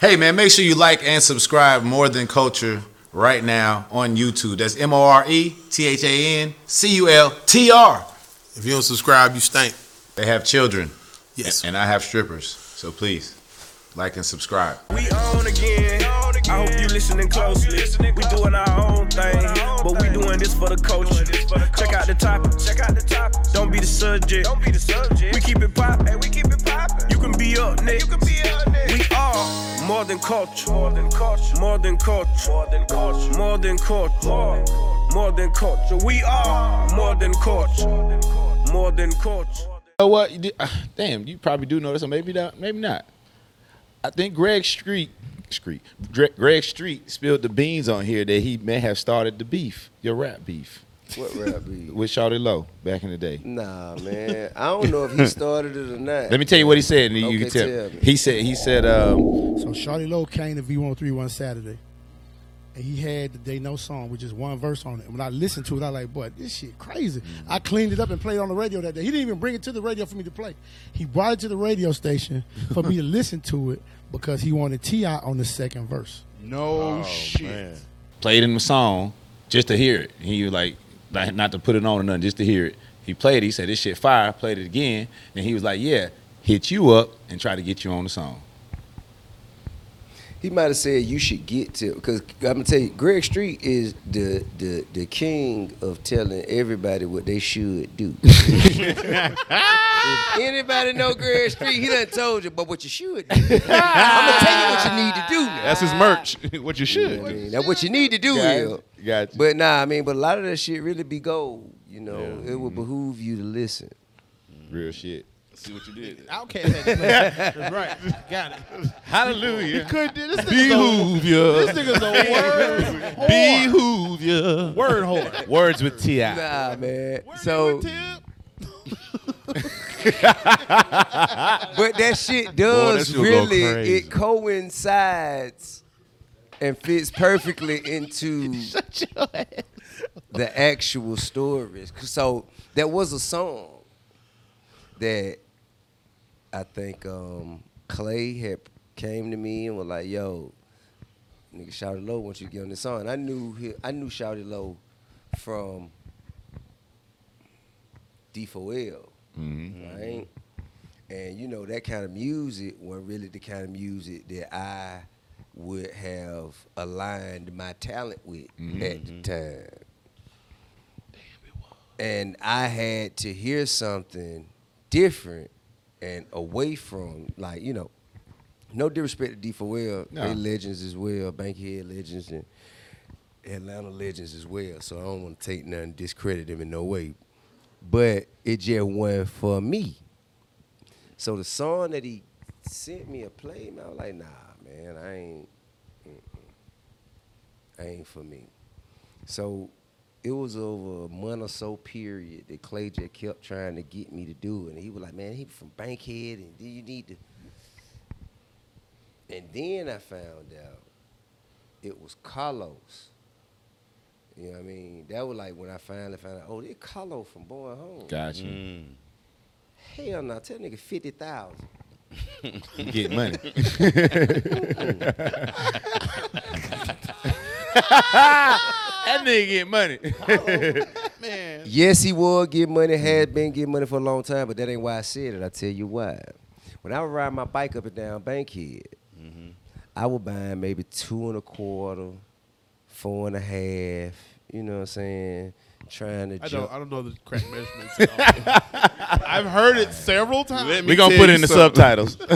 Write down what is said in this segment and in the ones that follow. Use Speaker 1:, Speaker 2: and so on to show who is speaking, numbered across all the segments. Speaker 1: Hey man, make sure you like and subscribe More Than Culture right now on YouTube. That's M O R E T H A N C U L T R.
Speaker 2: If you don't subscribe, you stink.
Speaker 1: They have children
Speaker 2: Yes.
Speaker 1: and I have strippers. So please like and subscribe.
Speaker 3: We on again. I hope you listening closely. We doing our own thing, but we doing this for the culture. Check out the topic. Check out the topic. Don't be the subject. Don't be the subject. We keep it pop. And we keep it pop. You can be up next. You can be up next. We are more than culture. More than culture. More than culture. More than culture. More than culture. More than culture. We are more than culture. More than culture.
Speaker 4: know what? You did- ah, damn, you probably do know this, or maybe not. Maybe not. I think Greg Street, Street, Dre- Greg Street spilled the beans on here that he may have started the beef, your rap beef,
Speaker 5: What rap beat?
Speaker 4: with Shawty Low back in the day.
Speaker 5: Nah, man. I don't know if he started it or not.
Speaker 4: Let me tell you what he said, and you
Speaker 5: Okay,
Speaker 4: can tell.
Speaker 5: tell me.
Speaker 4: he said, he said, um,
Speaker 6: So Charlie Lowe came to V103 one Saturday, and he had the They Know song with just one verse on it. And when I listened to it, I like, boy, this shit crazy. I cleaned it up and played it on the radio that day. He didn't even bring it to the radio for me to play. He brought it to the radio station for me to listen to it because he wanted Ti on the second verse.
Speaker 7: No shit.
Speaker 4: played him the song just to hear it. He was like, like, not to put it on or nothing, just to hear it. He played it. He said, this shit fire. Played it again, and he was like, yeah, hit you up and try to get you on the song.
Speaker 5: He might have said you should get to because I'm gonna tell you, Greg Street is the the the king of telling everybody what they should do. if anybody know Greg Street, he done told you, but what you should do. I'm gonna tell you what you need to do. Now.
Speaker 7: That's his merch. what you should.
Speaker 5: I mean, now what you need to do
Speaker 4: Got
Speaker 5: is,
Speaker 4: you. Got you.
Speaker 5: but nah, I mean, but a lot of that shit really be gold. You know, it would behoove you to listen.
Speaker 4: Real shit.
Speaker 7: See what you did.
Speaker 8: Outcast had the plan. right. Got it.
Speaker 7: Hallelujah.
Speaker 8: Could do this nigga's
Speaker 7: Behoove ya.
Speaker 8: a, this nigga's a word whore.
Speaker 7: Behoove ya.
Speaker 8: Word whore.
Speaker 4: Words with Ti.
Speaker 5: Nah, man. So, but that shit does
Speaker 7: shit will go
Speaker 5: really
Speaker 7: crazy.
Speaker 5: it coincides and fits perfectly into the actual stories. So that was a song that I think um, Clay had came to me and was like, "Yo, nigga, Shouty Low wants you to get on this song." And I knew he, I knew Shouty Low from D4L, right? And you know that kind of music wasn't really the kind of music that I would have aligned my talent with at the time. Damn it was. And I had to hear something different and away from like you know, no disrespect to D4L,
Speaker 4: No.
Speaker 5: they legends as well, Bankhead legends and Atlanta legends as well. So I don't want to take nothing discredit them in no way, but it just wasn't for me. So the song that he sent me a play, man, I was like, nah, man, I ain't, mm-mm. I ain't for me. So it was over a month or so period that Clay just kept trying to get me to do it. And he was like, man, he from Bankhead, and do you need to? And then I found out it was Carlos. You know what I mean? That was like when I finally found out, oh, they Carlos from Born Home.
Speaker 4: Gotcha.
Speaker 5: Hell no, tell nigga 50,000.
Speaker 4: Get money. that nigga get money.
Speaker 5: Yes, he would get money, had been getting money for a long time, but that ain't why I said it. I tell you why. When I would ride my bike up and down Bankhead,
Speaker 7: Mm-hmm.
Speaker 5: I would buy maybe two and a quarter, four and a half, you know what I'm saying? Trying to
Speaker 7: I
Speaker 5: jump.
Speaker 7: don't, I don't know the correct measurements. at all. I've heard it several times.
Speaker 4: We gonna put it in the subtitles.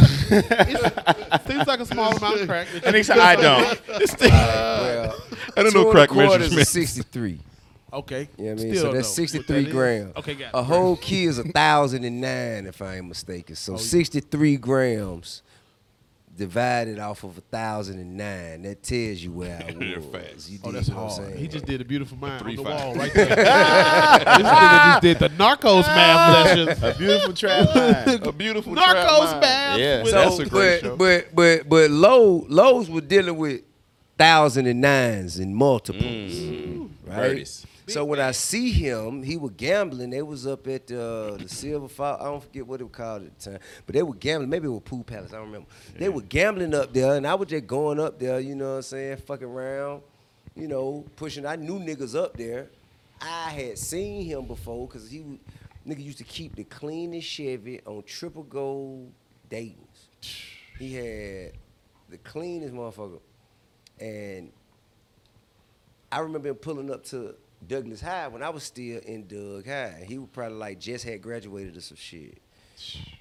Speaker 7: It seems like a small amount of crack.
Speaker 4: and they say, I don't.
Speaker 7: Uh,
Speaker 5: well,
Speaker 7: I don't
Speaker 5: two
Speaker 7: know
Speaker 5: and a
Speaker 7: crack
Speaker 5: quarter is
Speaker 7: measurements.
Speaker 5: 63.
Speaker 7: Okay.
Speaker 5: You know what I mean?
Speaker 7: Still don't
Speaker 5: so that's
Speaker 7: know what
Speaker 5: 63
Speaker 7: that is.
Speaker 5: grams.
Speaker 7: Okay, got it.
Speaker 5: A whole key is 1,009, if I ain't mistaken.
Speaker 7: Oh,
Speaker 5: So 63 grams divided off of 1,009. That tells you where I was. You
Speaker 7: Oh,
Speaker 5: dig
Speaker 7: that's
Speaker 5: what I'm
Speaker 7: hard.
Speaker 5: saying?
Speaker 7: He just did a beautiful mind on the
Speaker 8: three-five.
Speaker 7: wall right there. this nigga just did the Narcos math lessons.
Speaker 4: Ah. A beautiful trap line.
Speaker 8: A beautiful
Speaker 7: Narcos math.
Speaker 4: Yeah.
Speaker 7: with-
Speaker 4: So-
Speaker 7: that's a great
Speaker 5: but,
Speaker 7: show.
Speaker 5: But but but low lows were dealing with thousand and nines and multiples, right?
Speaker 4: Curtis.
Speaker 5: So when I see him, he was gambling. They was up at uh, the Silver Fox. I don't forget what it was called at the time, but they were gambling. Maybe it was Pool Palace. I don't remember. They were gambling up there, and I was just going up there. You know what I'm saying? Fucking around. You know, pushing. I knew niggas up there. I had seen him before because he was- nigga used to keep the cleanest Chevy on triple gold Dayton's. He had the cleanest motherfucker, and I remember him pulling up to Douglas High when I was still in Doug High. He was probably like just had graduated or some shit.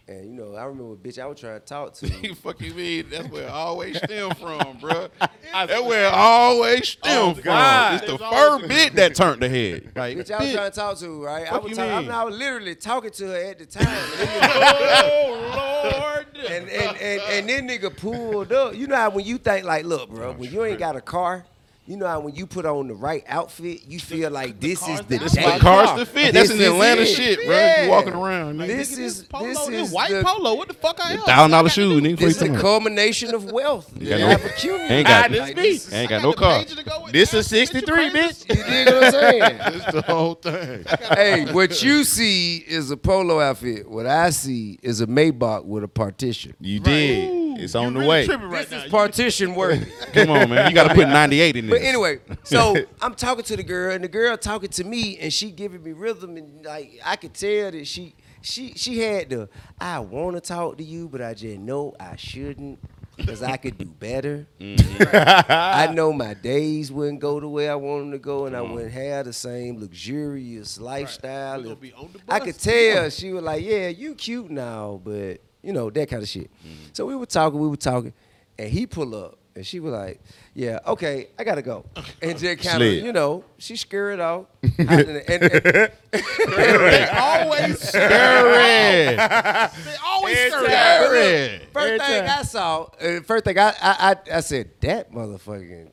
Speaker 5: And you know, I remember a bitch I was trying to talk to.
Speaker 2: You fucking mean that's where it always stem from, bro. That's where it always stem
Speaker 7: Oh,
Speaker 2: from.
Speaker 7: God.
Speaker 2: It's the
Speaker 7: There's
Speaker 2: first
Speaker 7: always-
Speaker 2: bit that turned the head. Like,
Speaker 5: Bitch, I was trying to talk to, right? I
Speaker 7: Fuck
Speaker 5: was,
Speaker 7: you
Speaker 5: talk- I,
Speaker 7: mean?
Speaker 5: I was literally talking to her at the time. And then,
Speaker 7: oh Lord.
Speaker 5: and, and, and, and then nigga pulled up. You know how when you think like, look, bro, when you ain't got a car, you know how when you put on the right outfit, you feel like this is the
Speaker 2: This
Speaker 5: day.
Speaker 2: the cars to fit. That's
Speaker 5: This
Speaker 2: an
Speaker 5: is
Speaker 2: Atlanta
Speaker 5: it.
Speaker 2: shit, bro.
Speaker 5: Yeah.
Speaker 2: You walking around. nigga.
Speaker 5: This
Speaker 7: Nigga,
Speaker 5: is
Speaker 7: polo,
Speaker 5: this is
Speaker 7: white
Speaker 5: the,
Speaker 7: polo. What the fuck I am?
Speaker 2: Thousand dollar shoes, nigga.
Speaker 5: This is
Speaker 2: What
Speaker 5: the
Speaker 2: you talking
Speaker 5: culmination of wealth.
Speaker 2: got
Speaker 5: that
Speaker 2: no-
Speaker 5: I've accumulated.
Speaker 2: ain't got-
Speaker 5: Like,
Speaker 2: Ah, this
Speaker 5: this
Speaker 2: about? ain't
Speaker 7: I
Speaker 2: got
Speaker 7: got
Speaker 2: no
Speaker 7: the
Speaker 2: car.
Speaker 7: pager to go with
Speaker 4: This
Speaker 7: that.
Speaker 4: is
Speaker 7: Bitch, you
Speaker 4: 63,
Speaker 7: crazy?
Speaker 5: You dig what I'm saying?
Speaker 2: This is the whole thing.
Speaker 5: hey, what you see is a polo outfit. What I see is a Maybach with a partition.
Speaker 4: You did. it's on
Speaker 7: You
Speaker 4: the
Speaker 7: really
Speaker 4: way.
Speaker 7: tripping right
Speaker 5: This
Speaker 7: now.
Speaker 5: is partition worthy.
Speaker 2: Come on, man. You got to put 98 in this.
Speaker 5: But anyway, so I'm talking to the girl, and the girl talking to me, and she giving me rhythm, and like I could tell that she she she had the I want to talk to you, but I just know I shouldn't. Cause I could do better. I know my days wouldn't go the way I want them to go, and I wouldn't have the same luxurious lifestyle.
Speaker 7: We gonna
Speaker 5: if-
Speaker 7: be on the
Speaker 5: I
Speaker 7: bus.
Speaker 5: could tell she was like, "Yeah, you cute now, but you know that kind of shit."
Speaker 7: Mm-hmm.
Speaker 5: So we were talking, we were talking, and he pull up, and she was like, "Yeah, okay, I gotta go," and just kind of,
Speaker 4: Slid.
Speaker 5: you know, she scurried off. and, and- and-
Speaker 7: They always
Speaker 2: Scary.
Speaker 7: they always scurry.
Speaker 2: Scary.
Speaker 5: first thing I saw, uh, first thing I, I, I, I said, "That motherfucking,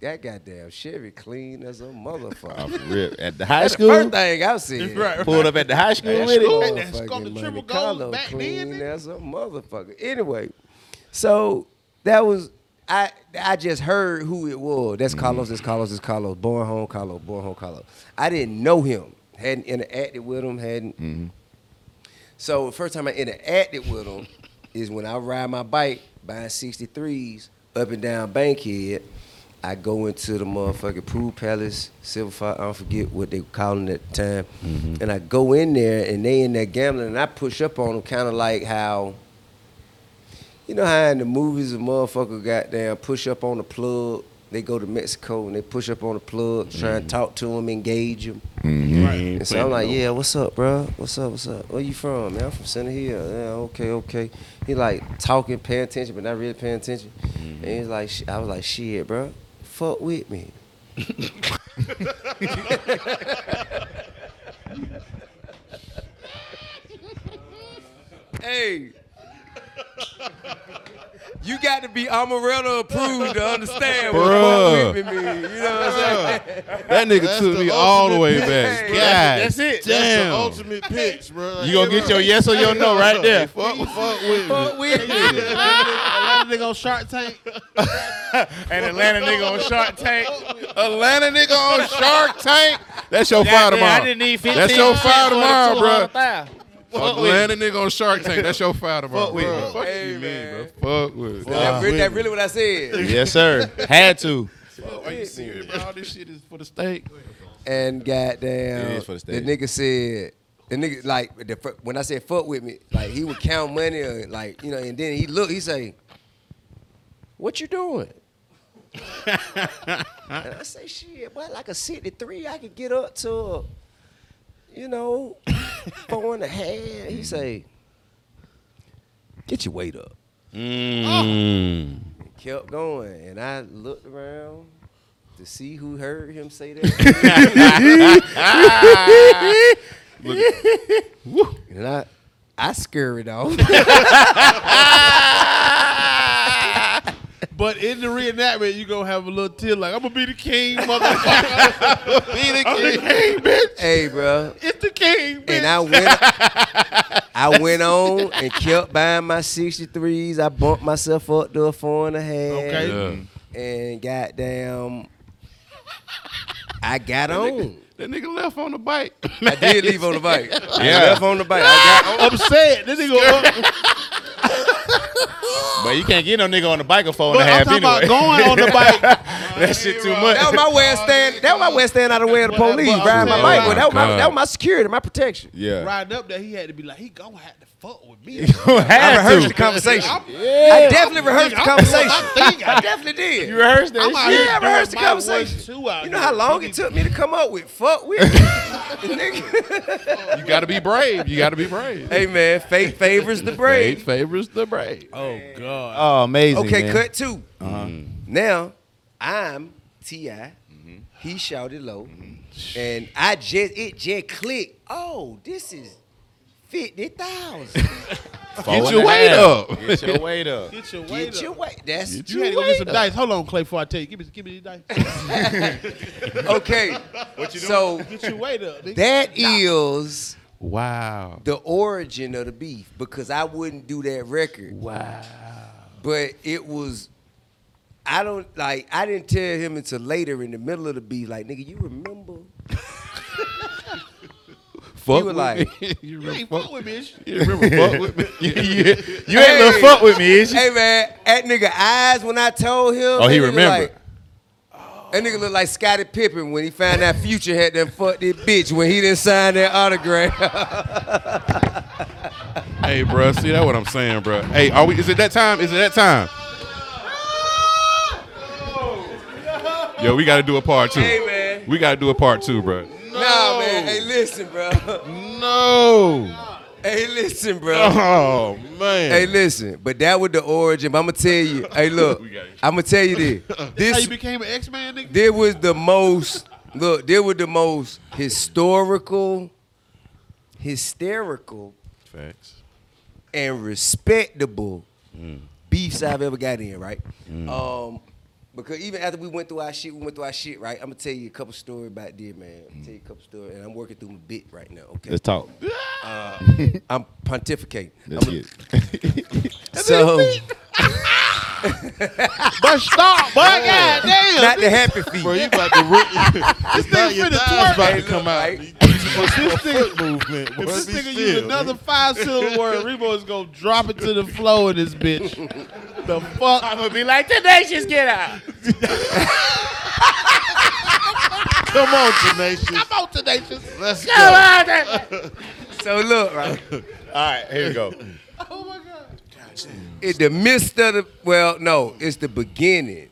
Speaker 5: that goddamn Chevy clean as a
Speaker 2: Oh,
Speaker 5: motherfucker."
Speaker 4: Off the rip. At the high
Speaker 5: That's the
Speaker 4: school,
Speaker 5: first thing I said.
Speaker 7: Right.
Speaker 4: pulled up at the high school with it.
Speaker 7: that
Speaker 5: Motherfucking
Speaker 7: skull, the
Speaker 5: Monte
Speaker 7: triple gold
Speaker 5: Carlo
Speaker 7: back then,
Speaker 5: clean
Speaker 7: nigga.
Speaker 5: as a motherfucker. Anyway, so that was I. I just heard who it was. That's Carlos. That's Carlos. That's Carlos. Born home, Carlos. Born home, Carlos. I didn't know him. Hadn't interacted with him. Hadn't. So the first time I interacted with him is when I ride my bike buying 63s up and down Bankhead. I go into the motherfucking Pool Palace, Silver Fox, I don't forget what they were calling it at the time. And I go in there and they in there gambling and I push up on them kind of like how, you know how in the movies a motherfucker goddamn push up on the plug. They go to Mexico and they push up on the plug, try and talk to them, engage them. And so I'm like, yeah, what's up, bro? What's up? What's up? Where you from, man? I'm from Center Hill. Yeah, okay, okay. He like talking, paying attention, but not really paying attention.
Speaker 2: Mm-hmm.
Speaker 5: And he's like, sh- I was like, shit, bro, fuck with me. hey, you got to be Amarella approved to understand what fuck
Speaker 2: Bruh.
Speaker 5: with me mean. You know what I'm saying?
Speaker 2: That nigga took me all the way back.
Speaker 5: pick,
Speaker 2: God
Speaker 5: bro.
Speaker 7: That's- that's it.
Speaker 2: Damn.
Speaker 8: That's the ultimate pitch, bro. Like,
Speaker 4: You gonna get your yes or your no right there.
Speaker 2: fuck, fuck with me.
Speaker 5: Fuck with me.
Speaker 7: Atlanta nigga on Shark Tank.
Speaker 4: An Atlanta nigga on Shark Tank.
Speaker 2: Atlanta nigga on Shark Tank. That's your fire
Speaker 4: God damn,
Speaker 2: tomorrow.
Speaker 4: I didn't need 15
Speaker 2: That's your fire
Speaker 4: for the
Speaker 2: tomorrow, bro.
Speaker 4: 200,000.
Speaker 2: Atlanta nigga on Shark Tank. That's your fire tomorrow. Fuck with me. Fuck
Speaker 5: Hey,
Speaker 2: you
Speaker 5: man.
Speaker 2: mean, bro. Fuck with me.
Speaker 5: That, re- that really what I said.
Speaker 4: Yes, sir. Had to.
Speaker 2: Are you serious, bro? All this shit is for the steak.
Speaker 5: And goddamn,
Speaker 4: It is for the
Speaker 5: the
Speaker 4: stage.
Speaker 5: nigga said, the nigga like the, fir- when I said fuck with me, like he would count money, or, like you know, and then he look, he say, "What you doing?" and I say, "Shit, boy, like a sixty-three, I could get up to, a, you know, four and a half." He say, "Get your weight up."
Speaker 4: Mm.
Speaker 5: kept going, and I looked around to see who heard him say that. and I, I scurried off.
Speaker 7: But in the reenactment, you gonna have a little tear like I'm gonna be the king, motherfucker.
Speaker 2: Be the king.
Speaker 5: hey, bro.
Speaker 7: it's the king, bitch.
Speaker 5: And I went, I went on and kept buying my 63s. I bumped myself up to a four and a half.
Speaker 7: Okay.
Speaker 5: And goddamn, I got on.
Speaker 2: That nigga left on the bike.
Speaker 5: I did leave on the bike. I
Speaker 4: Yeah.
Speaker 5: left on the bike. I got
Speaker 7: upset. This nigga. up-
Speaker 4: But you can't get no nigga on the bike a four
Speaker 7: But
Speaker 4: and a
Speaker 7: I'm
Speaker 4: half
Speaker 7: talking about
Speaker 4: anyway.
Speaker 7: going on the bike.
Speaker 4: that shit too much.
Speaker 5: That was my way of staying. That was my way of staying out of the way of the
Speaker 7: Well, that-
Speaker 5: police.
Speaker 7: but I'm
Speaker 5: Riding my
Speaker 7: saying,
Speaker 5: bike.
Speaker 7: oh
Speaker 5: Well,
Speaker 7: my
Speaker 5: that, was my,
Speaker 1: God.
Speaker 5: that was my security, my protection.
Speaker 1: Yeah.
Speaker 8: Riding up there, he had to be like, he gonna have to fuck with me.
Speaker 5: I
Speaker 4: Had
Speaker 5: rehearsed
Speaker 4: to.
Speaker 5: the conversation. I definitely rehearsed the conversation. I definitely did.
Speaker 4: You rehearsed that
Speaker 5: yeah,
Speaker 4: shit.
Speaker 5: I rehearsed the
Speaker 8: my one
Speaker 5: conversation.
Speaker 8: two out
Speaker 5: You know
Speaker 8: here.
Speaker 5: how long it took me to come up with fuck with? Nigga.
Speaker 2: You gotta be brave. You gotta be brave.
Speaker 5: hey man, fate favors the
Speaker 2: Fate
Speaker 5: brave.
Speaker 2: favors the brave.
Speaker 8: Oh God.
Speaker 4: Oh, amazing.
Speaker 5: Okay,
Speaker 4: man.
Speaker 5: cut 2 Now I'm Ti. He shouted low, and I just it just clicked. Oh, this is fifty thousand.
Speaker 4: Four
Speaker 2: Get
Speaker 4: and
Speaker 2: your
Speaker 4: a
Speaker 2: weight
Speaker 4: half.
Speaker 2: up.
Speaker 4: Get your weight up.
Speaker 8: Get your weight
Speaker 5: Get your
Speaker 8: up.
Speaker 5: way. That's
Speaker 7: You had to go get some dice. Hold on, Clay, before I tell you. Give me, give me the dice.
Speaker 5: okay. So
Speaker 7: Get your weight up. nigga.
Speaker 5: that is
Speaker 2: Wow.
Speaker 5: the origin of the beef because I wouldn't do that record. Wow. But it was. I don't like. I didn't tell him until later in the middle of the beef. Like, nigga, you remember?
Speaker 2: Fuck
Speaker 5: were
Speaker 2: with
Speaker 5: like-
Speaker 2: me. You
Speaker 7: You
Speaker 2: remember
Speaker 7: ain't
Speaker 2: fuck-
Speaker 7: fuck with me. it's-
Speaker 2: you remember fuck with me.
Speaker 4: you ain't little fuck with me, is you?
Speaker 5: Hey man, that nigga eyes when I told him.
Speaker 4: Oh, he
Speaker 5: that nigga
Speaker 4: remembered.
Speaker 5: like- that nigga look like Scottie Pippen when he found out Future had done fucked this bitch when he didn't sign that autograph.
Speaker 2: Hey, bro. See that what I'm saying, bro. Hey, are we? Is it that time? Is it that time? Yo, we gotta do a part two.
Speaker 5: Hey, man.
Speaker 2: We gotta do a part two, bro.
Speaker 5: Nah, man. Hey, listen, bro.
Speaker 2: No.
Speaker 5: Hey, listen, bro.
Speaker 2: Oh man.
Speaker 5: Hey, listen, but that was the origin. But I'm gonna tell you. Hey, look,
Speaker 2: We got you.
Speaker 5: I'm gonna tell you this.
Speaker 7: How
Speaker 5: This
Speaker 7: you became an X Man, nigga?
Speaker 5: there was the most. Look, there was the most historical, hysterical,
Speaker 2: Facts.
Speaker 5: and respectable beefs I've ever got in. Right.
Speaker 4: Mm.
Speaker 5: Um, because even after we went through our shit, we went through our shit. Right. I'm gonna tell you a couple story about this, man. I'm gonna tell you a couple story, and I'm working through my bit right now. Okay. Uh,
Speaker 4: Let's talk.
Speaker 5: I'm pontificating.
Speaker 4: Let's get.
Speaker 5: So
Speaker 7: But stop, boy. God damn.
Speaker 5: not the happy feet.
Speaker 2: Bro, you about to this
Speaker 7: nigga finna twerk.
Speaker 2: about
Speaker 5: Hey,
Speaker 2: to come
Speaker 5: look,
Speaker 2: out.
Speaker 5: right?
Speaker 2: This foot movement. boy,
Speaker 7: If this
Speaker 2: be
Speaker 7: nigga
Speaker 2: still.
Speaker 7: use another five syllable word, Remo is gonna drop it to the floor in this bitch. The fuck? I'm gonna be like, tenacious, get out.
Speaker 2: Come on, tenacious.
Speaker 7: Come on, tenacious.
Speaker 2: Let's go.
Speaker 5: So look, right.
Speaker 4: All right, here you go.
Speaker 5: in the midst of the well, no, it's the beginning,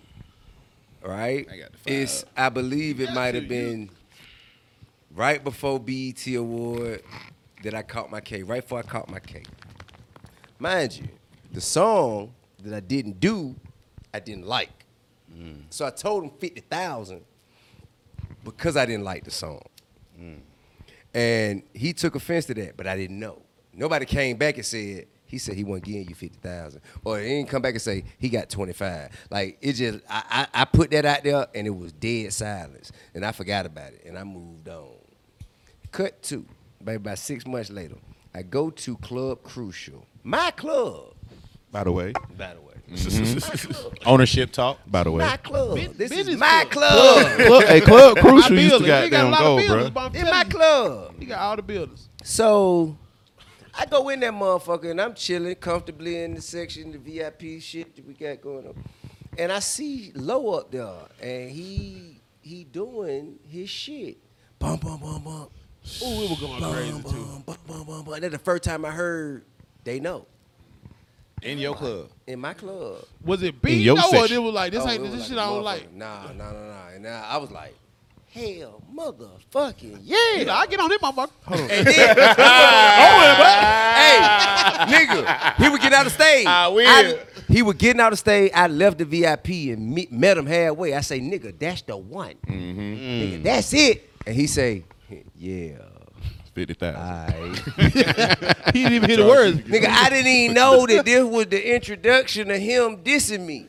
Speaker 5: right? I
Speaker 4: got the fire
Speaker 5: it's I believe it might have been right before BET Award that I caught my K. Right before I caught my K. Mind you, the song that I didn't do, I didn't like.
Speaker 4: Mm.
Speaker 5: So I told him fifty thousand because I didn't like the song. And he took offense to that, but I didn't know. Nobody came back and said, he said he wasn't giving you 50,000. Or he didn't come back and say, he got 25. Like, it just, I, I, I put that out there and it was dead silence. And I forgot about it and I moved on. Cut to, baby, about six months later, I go to Club Crucial, my club,
Speaker 2: By the way.
Speaker 5: by the way.
Speaker 4: Mm-hmm. Ownership talk.
Speaker 2: By the way.
Speaker 5: My club. this is
Speaker 7: business
Speaker 5: my
Speaker 7: club.
Speaker 5: club.
Speaker 2: Club, hey, Club
Speaker 7: My
Speaker 2: Crucial used
Speaker 7: building.
Speaker 2: to
Speaker 7: They got a
Speaker 2: goddamn
Speaker 7: lot of
Speaker 2: go,
Speaker 7: builders,
Speaker 2: bro.
Speaker 7: but I'm
Speaker 5: It's
Speaker 7: telling
Speaker 5: my
Speaker 7: you,
Speaker 5: club.
Speaker 7: you got all the builders.
Speaker 5: So I go in that motherfucker and I'm chilling comfortably in the section, the VIP shit that we got going on. And I see Low up there and he he doing his shit. Bum bum bum bum.
Speaker 7: Ooh, we were going
Speaker 5: Bum,
Speaker 7: crazy
Speaker 5: bum,
Speaker 7: too.
Speaker 5: bum, bum, bum, bum. That's the first time I heard they know
Speaker 4: In your club.
Speaker 5: in my club.
Speaker 7: Was it
Speaker 4: In
Speaker 7: B?
Speaker 4: your
Speaker 7: No, or
Speaker 4: section.
Speaker 7: it was like this
Speaker 5: Oh,
Speaker 7: ain't
Speaker 5: it
Speaker 7: this
Speaker 5: was
Speaker 7: shit
Speaker 5: a
Speaker 7: I don't
Speaker 5: motherfucker.
Speaker 7: like.
Speaker 5: Nah, nah, nah, nah. And now I was like, hell, motherfucking yeah.
Speaker 7: You know, I get on this motherfucker. Hold on.
Speaker 5: And then, hey, nigga, he would get out of stage.
Speaker 4: I will.
Speaker 5: he was getting out of stage. I left the VIP and meet, met him halfway. I say, nigga, that's the one.
Speaker 4: Mm-hmm.
Speaker 5: Nigga, that's it. And he say, yeah.
Speaker 2: 50,000.
Speaker 5: aight."
Speaker 7: He didn't even hear the words.
Speaker 5: Nigga, I didn't even know that this was the introduction of him dissing me.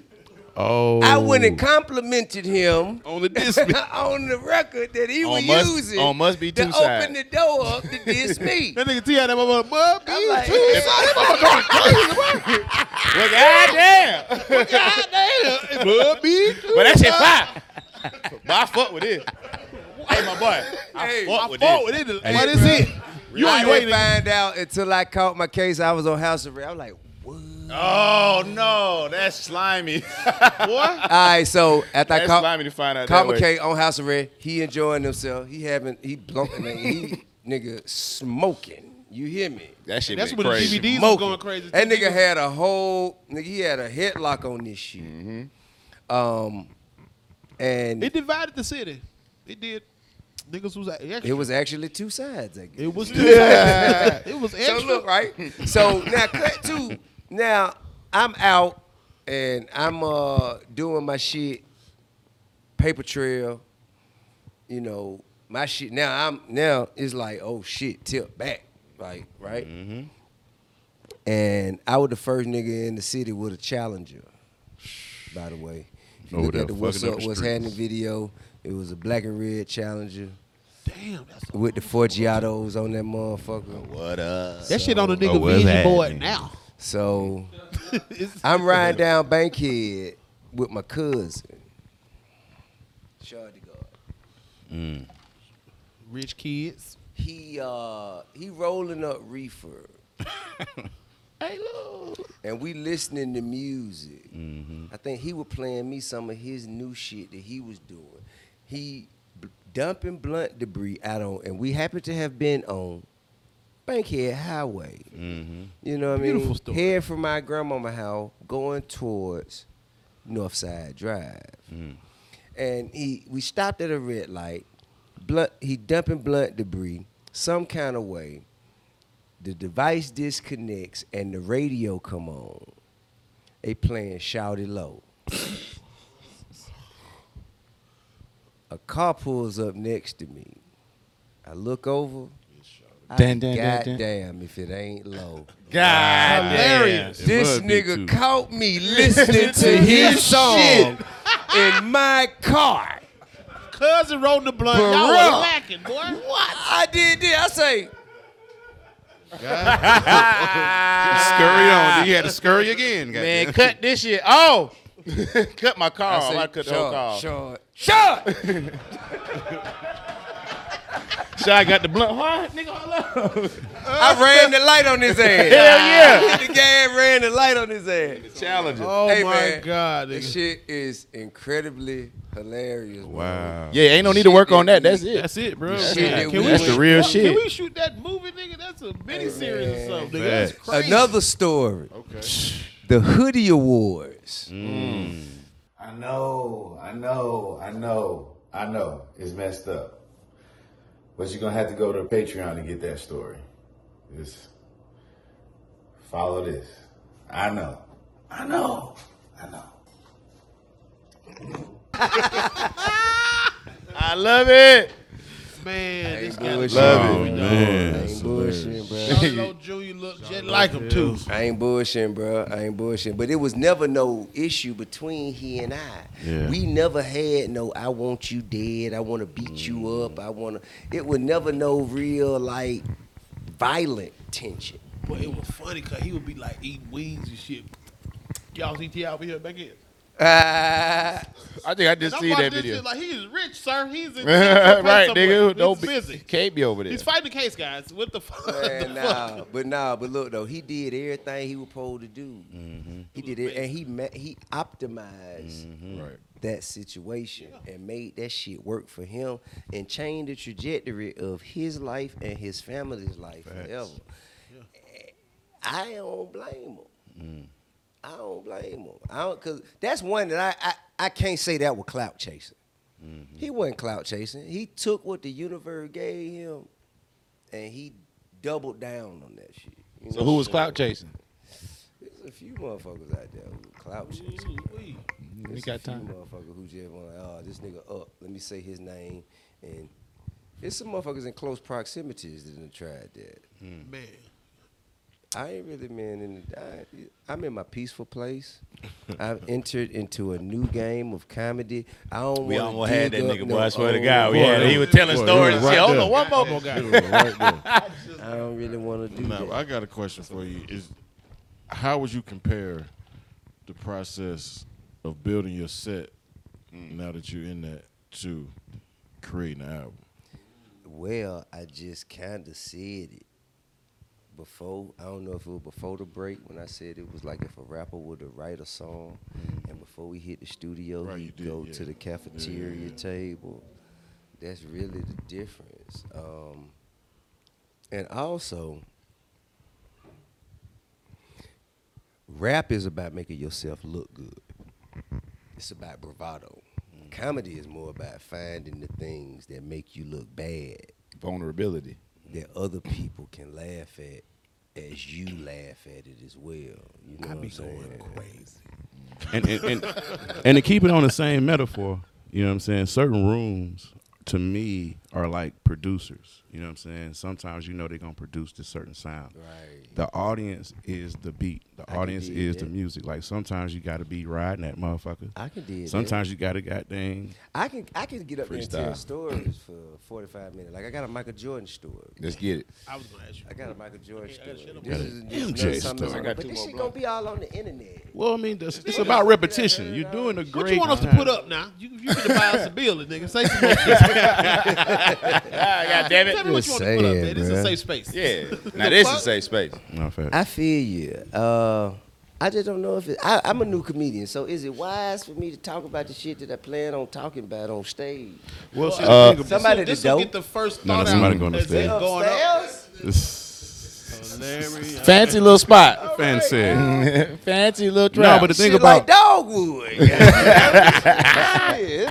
Speaker 2: Oh.
Speaker 5: I went and complimented him
Speaker 2: on the disc.
Speaker 5: on the record that he
Speaker 4: On
Speaker 5: was
Speaker 4: must-
Speaker 5: using
Speaker 4: on must be
Speaker 5: to
Speaker 4: two side.
Speaker 5: open the door up to diss me.
Speaker 7: That nigga T had that motherfucker. Mud,
Speaker 5: I'm
Speaker 7: B,
Speaker 5: like,
Speaker 7: too.
Speaker 4: Well, goddamn.
Speaker 7: Goddamn. Mud, B, too.
Speaker 4: But that shit fire. But I fuck with this.
Speaker 7: hey, my boy. I
Speaker 2: Hey,
Speaker 7: fought with
Speaker 2: I fought
Speaker 7: it.
Speaker 4: Hey,
Speaker 7: what is it? You
Speaker 5: I
Speaker 7: ain't
Speaker 5: didn't
Speaker 7: waiting.
Speaker 5: find out until I caught my case. I was on house arrest. I was like,
Speaker 4: Oh no, that's slimy.
Speaker 5: all right. So after I
Speaker 4: That's
Speaker 5: caught,
Speaker 4: slimy to find out that
Speaker 5: caught my
Speaker 4: way.
Speaker 5: case on house arrest, he enjoying himself. He having he blumping. he nigga smoking. You hear me?
Speaker 4: That shit
Speaker 7: That's
Speaker 4: been
Speaker 7: when the
Speaker 4: crazy.
Speaker 7: DVDs were
Speaker 5: Smoking.
Speaker 7: going crazy.
Speaker 5: That nigga had a whole nigga. He had a headlock on this shit. Um, and
Speaker 7: It
Speaker 5: it,
Speaker 7: divided the city. It did. Niggas was extra.
Speaker 5: was actually two sides. I guess.
Speaker 7: It was. Yeah. it was
Speaker 5: So
Speaker 7: extra.
Speaker 5: look, right? So now cut to now I'm out and I'm uh doing my shit, paper trail, you know, my shit. Now I'm now it's like, oh shit, tip back. Like, right?
Speaker 2: Mm-hmm.
Speaker 5: And I was the first nigga in the city with a challenger, by the way. If you
Speaker 2: Over
Speaker 5: look
Speaker 2: there
Speaker 5: at the What's
Speaker 2: fucking up
Speaker 5: Up,
Speaker 2: the
Speaker 5: What's
Speaker 2: streets.
Speaker 5: Happening video, it was a black and red challenger
Speaker 7: Damn, that's a-
Speaker 5: with the four Giottos on that motherfucker.
Speaker 4: What up?
Speaker 7: that shit on the
Speaker 2: Oh,
Speaker 7: nigga
Speaker 2: what's
Speaker 7: vision board
Speaker 2: happening?
Speaker 7: now.
Speaker 5: So I'm riding down Bankhead with my cousin. Shard to God.
Speaker 7: Rich kids.
Speaker 5: He uh he rolling up reefer
Speaker 7: Hey, look.
Speaker 5: and we listening to music. I think he was playing me some of his new shit that he was doing. He b- dumping blunt debris out on and we happened to have been on Bankhead Highway. You know what I
Speaker 7: Beautiful
Speaker 5: mean?
Speaker 7: story.
Speaker 5: Head from my grandmama house going towards Northside Drive. And he we stopped at a red light. Blunt he dumping blunt debris some kind of way. The device disconnects and the radio come on. They playing Shout It Low. a car pulls up next to me. I look over. I
Speaker 4: Dun, dun, dun, dun.
Speaker 5: goddamn if it ain't low.
Speaker 4: God
Speaker 7: Hilarious.
Speaker 5: This
Speaker 2: must be
Speaker 5: nigga
Speaker 2: too.
Speaker 5: caught me listening to his song in my car.
Speaker 7: Cousin rolling the blunt.
Speaker 5: For
Speaker 7: Y'all was
Speaker 5: real.
Speaker 7: lacking, boy.
Speaker 5: What? I did this. I say,
Speaker 2: scurry on. You had to scurry again.
Speaker 4: Man,
Speaker 2: goddamn.
Speaker 4: cut this shit off. cut my car
Speaker 5: I
Speaker 4: off.
Speaker 5: say,
Speaker 4: I cut the whole
Speaker 5: short,
Speaker 4: car off.
Speaker 5: short, short.
Speaker 4: So I got the blunt. What, nigga? Hold up.
Speaker 5: I ran the light on his ass.
Speaker 4: Hell yeah.
Speaker 5: Hit the gas, ran the light on his ass.
Speaker 4: Challenger.
Speaker 7: Oh
Speaker 5: Hey,
Speaker 7: my
Speaker 5: man.
Speaker 7: god,
Speaker 5: This
Speaker 7: nigga.
Speaker 5: shit is incredibly hilarious. bro.
Speaker 2: Wow.
Speaker 4: Yeah, ain't no need to work on that. That's it.
Speaker 7: That's it, bro.
Speaker 5: Shit
Speaker 7: Yeah.
Speaker 5: that
Speaker 7: Can
Speaker 5: we-
Speaker 7: we
Speaker 4: That's the real
Speaker 7: Fuck, Can
Speaker 4: shit.
Speaker 7: we shoot that movie, nigga? That's a mini series or something. Nigga. That's
Speaker 2: Facts.
Speaker 7: crazy.
Speaker 5: Another story. Okay. The Hoodie Awards.
Speaker 2: Mm.
Speaker 9: I know, I know, I know, I know. It's messed up. But you're gonna have to go to Patreon to get that story. Just follow this. I know. I know. I know.
Speaker 4: I love it.
Speaker 7: man. This guy
Speaker 5: Bullshit.
Speaker 2: Love it,
Speaker 5: I
Speaker 2: man.
Speaker 5: ain't bullshitting, bro.
Speaker 7: Charlo Junior look just like him too.
Speaker 5: I ain't bullshitting, bro. I ain't bullshitting. But it was never no issue between he and I.
Speaker 2: Yeah.
Speaker 5: We never had no, I want you dead. I want to beat
Speaker 7: Mm.
Speaker 5: you up. I want to. It was never no real, like, violent tension.
Speaker 7: But it was funny because he would be like eating wings and shit. Y'all see T.I. over here back in.
Speaker 5: Ah,
Speaker 4: I think I just
Speaker 7: I'm
Speaker 4: see
Speaker 7: watching
Speaker 4: that
Speaker 7: this
Speaker 4: video.
Speaker 7: shit like he is rich, sir. He's in
Speaker 4: right, nigga.
Speaker 7: Don't
Speaker 4: Don't
Speaker 7: be
Speaker 4: be
Speaker 7: busy.
Speaker 4: can't be over there.
Speaker 7: He's fighting the case, guys. What the fuck? the fuck?
Speaker 5: man, nah, but nah, but look though, he did everything he was supposed to do.
Speaker 7: Mm-hmm.
Speaker 5: He did it, and he ma- he optimized that situation and made that shit work for him and changed the trajectory of his life and his family's life forever. I don't blame him.
Speaker 4: Mm.
Speaker 5: I don't blame him. I don't cause that's one that I I, I can't say that was clout chasing.
Speaker 4: Mm-hmm.
Speaker 5: He wasn't clout chasing. He took what the universe gave him and he doubled down on that shit. You
Speaker 4: so
Speaker 5: know?
Speaker 4: who was clout chasing?
Speaker 5: There's a few motherfuckers out there who clout chasing.
Speaker 7: Ooh-wee.
Speaker 4: We
Speaker 5: There's a
Speaker 4: got
Speaker 5: few
Speaker 4: time.
Speaker 5: motherfuckers who just want to, oh, this nigga up. Let me say his name. And there's some motherfuckers in close proximities that done tried that.
Speaker 7: Man.
Speaker 5: I ain't really been in. I, I'm in my peaceful place. I've entered into a new game of comedy. I don't.
Speaker 4: We
Speaker 5: wanna
Speaker 4: almost had
Speaker 5: dig
Speaker 4: that
Speaker 5: up
Speaker 4: nigga,
Speaker 5: no
Speaker 4: boy. I swear to
Speaker 5: old-
Speaker 4: God. We had, he was telling stories. and shit. Hold on, one more.
Speaker 5: I don't really want to do
Speaker 2: Now,
Speaker 5: that.
Speaker 2: I got a question for you. Is how would you compare the process of building your set now that you're in that to creating an album?
Speaker 5: Well, I just kind of said it before. I don't know if it was before the break when I said it was like if a rapper were to write a song, and before we hit the studio,
Speaker 2: Mm-hmm. Right, you
Speaker 5: he'd
Speaker 2: did,
Speaker 5: go
Speaker 2: yeah.
Speaker 5: to the cafeteria
Speaker 2: yeah.
Speaker 5: table. That's really the difference. Um, and also, rap is about making yourself look good. It's about bravado.
Speaker 2: Mm-hmm.
Speaker 5: Comedy is more about finding the things that make you look bad
Speaker 4: Vulnerability.
Speaker 5: that other people can laugh at as you laugh at it as well. You know what I'm saying?
Speaker 10: and and, and, and to keep it on the same metaphor, you know what I'm saying? Certain rooms to me are like producers. You know what I'm saying? Sometimes you know they're gonna produce this certain sound.
Speaker 5: Right.
Speaker 10: The audience is the beat. The
Speaker 5: can
Speaker 10: audience
Speaker 5: dig
Speaker 10: is
Speaker 5: that.
Speaker 10: the music. Like sometimes you gotta be riding that motherfucker.
Speaker 5: I can dig that.
Speaker 10: Sometimes you gotta goddamn
Speaker 5: I can I can get up there and tell
Speaker 4: Freestyle.
Speaker 5: stories for 45 minutes. Like I got a Michael Jordan story.
Speaker 4: Let's get it.
Speaker 8: I was gonna ask you.
Speaker 5: I got a Michael Jordan story.
Speaker 10: Got
Speaker 5: This
Speaker 10: a
Speaker 5: is
Speaker 10: MJ
Speaker 5: MJ
Speaker 10: story.
Speaker 5: story.
Speaker 4: I got
Speaker 5: But
Speaker 4: two
Speaker 5: this
Speaker 4: more
Speaker 5: shit gonna be all on the internet.
Speaker 10: Well, I mean, it's, it's about repetition. You're doing a great
Speaker 8: What you want us to
Speaker 10: job.
Speaker 8: put up now? You you finna buy us a building, nigga. Say some more shit.
Speaker 4: God damn
Speaker 8: Tell me what you want to put up,
Speaker 5: saying,
Speaker 8: man. This is a
Speaker 5: bruh.
Speaker 8: safe space.
Speaker 4: Yeah. Now this is safe space.
Speaker 10: No, fact.
Speaker 5: I feel you. Uh, I just don't know if it, I, I'm a new comedian, so is it wise for me to talk about the shit that I plan on talking about on stage?
Speaker 10: well, see, the thing about-
Speaker 5: Somebody
Speaker 8: Uh, This
Speaker 5: that
Speaker 8: will
Speaker 5: don't.
Speaker 8: get the first
Speaker 10: No, no,
Speaker 8: thought
Speaker 10: somebody
Speaker 8: out
Speaker 10: going
Speaker 8: as they
Speaker 10: upstairs.
Speaker 8: going up.
Speaker 5: Upstairs?
Speaker 8: Larry,
Speaker 4: Fancy little spot.
Speaker 10: fan said.
Speaker 4: Fancy little
Speaker 10: No, but the thing
Speaker 5: Shit like
Speaker 10: about
Speaker 5: Dogwood. Shit,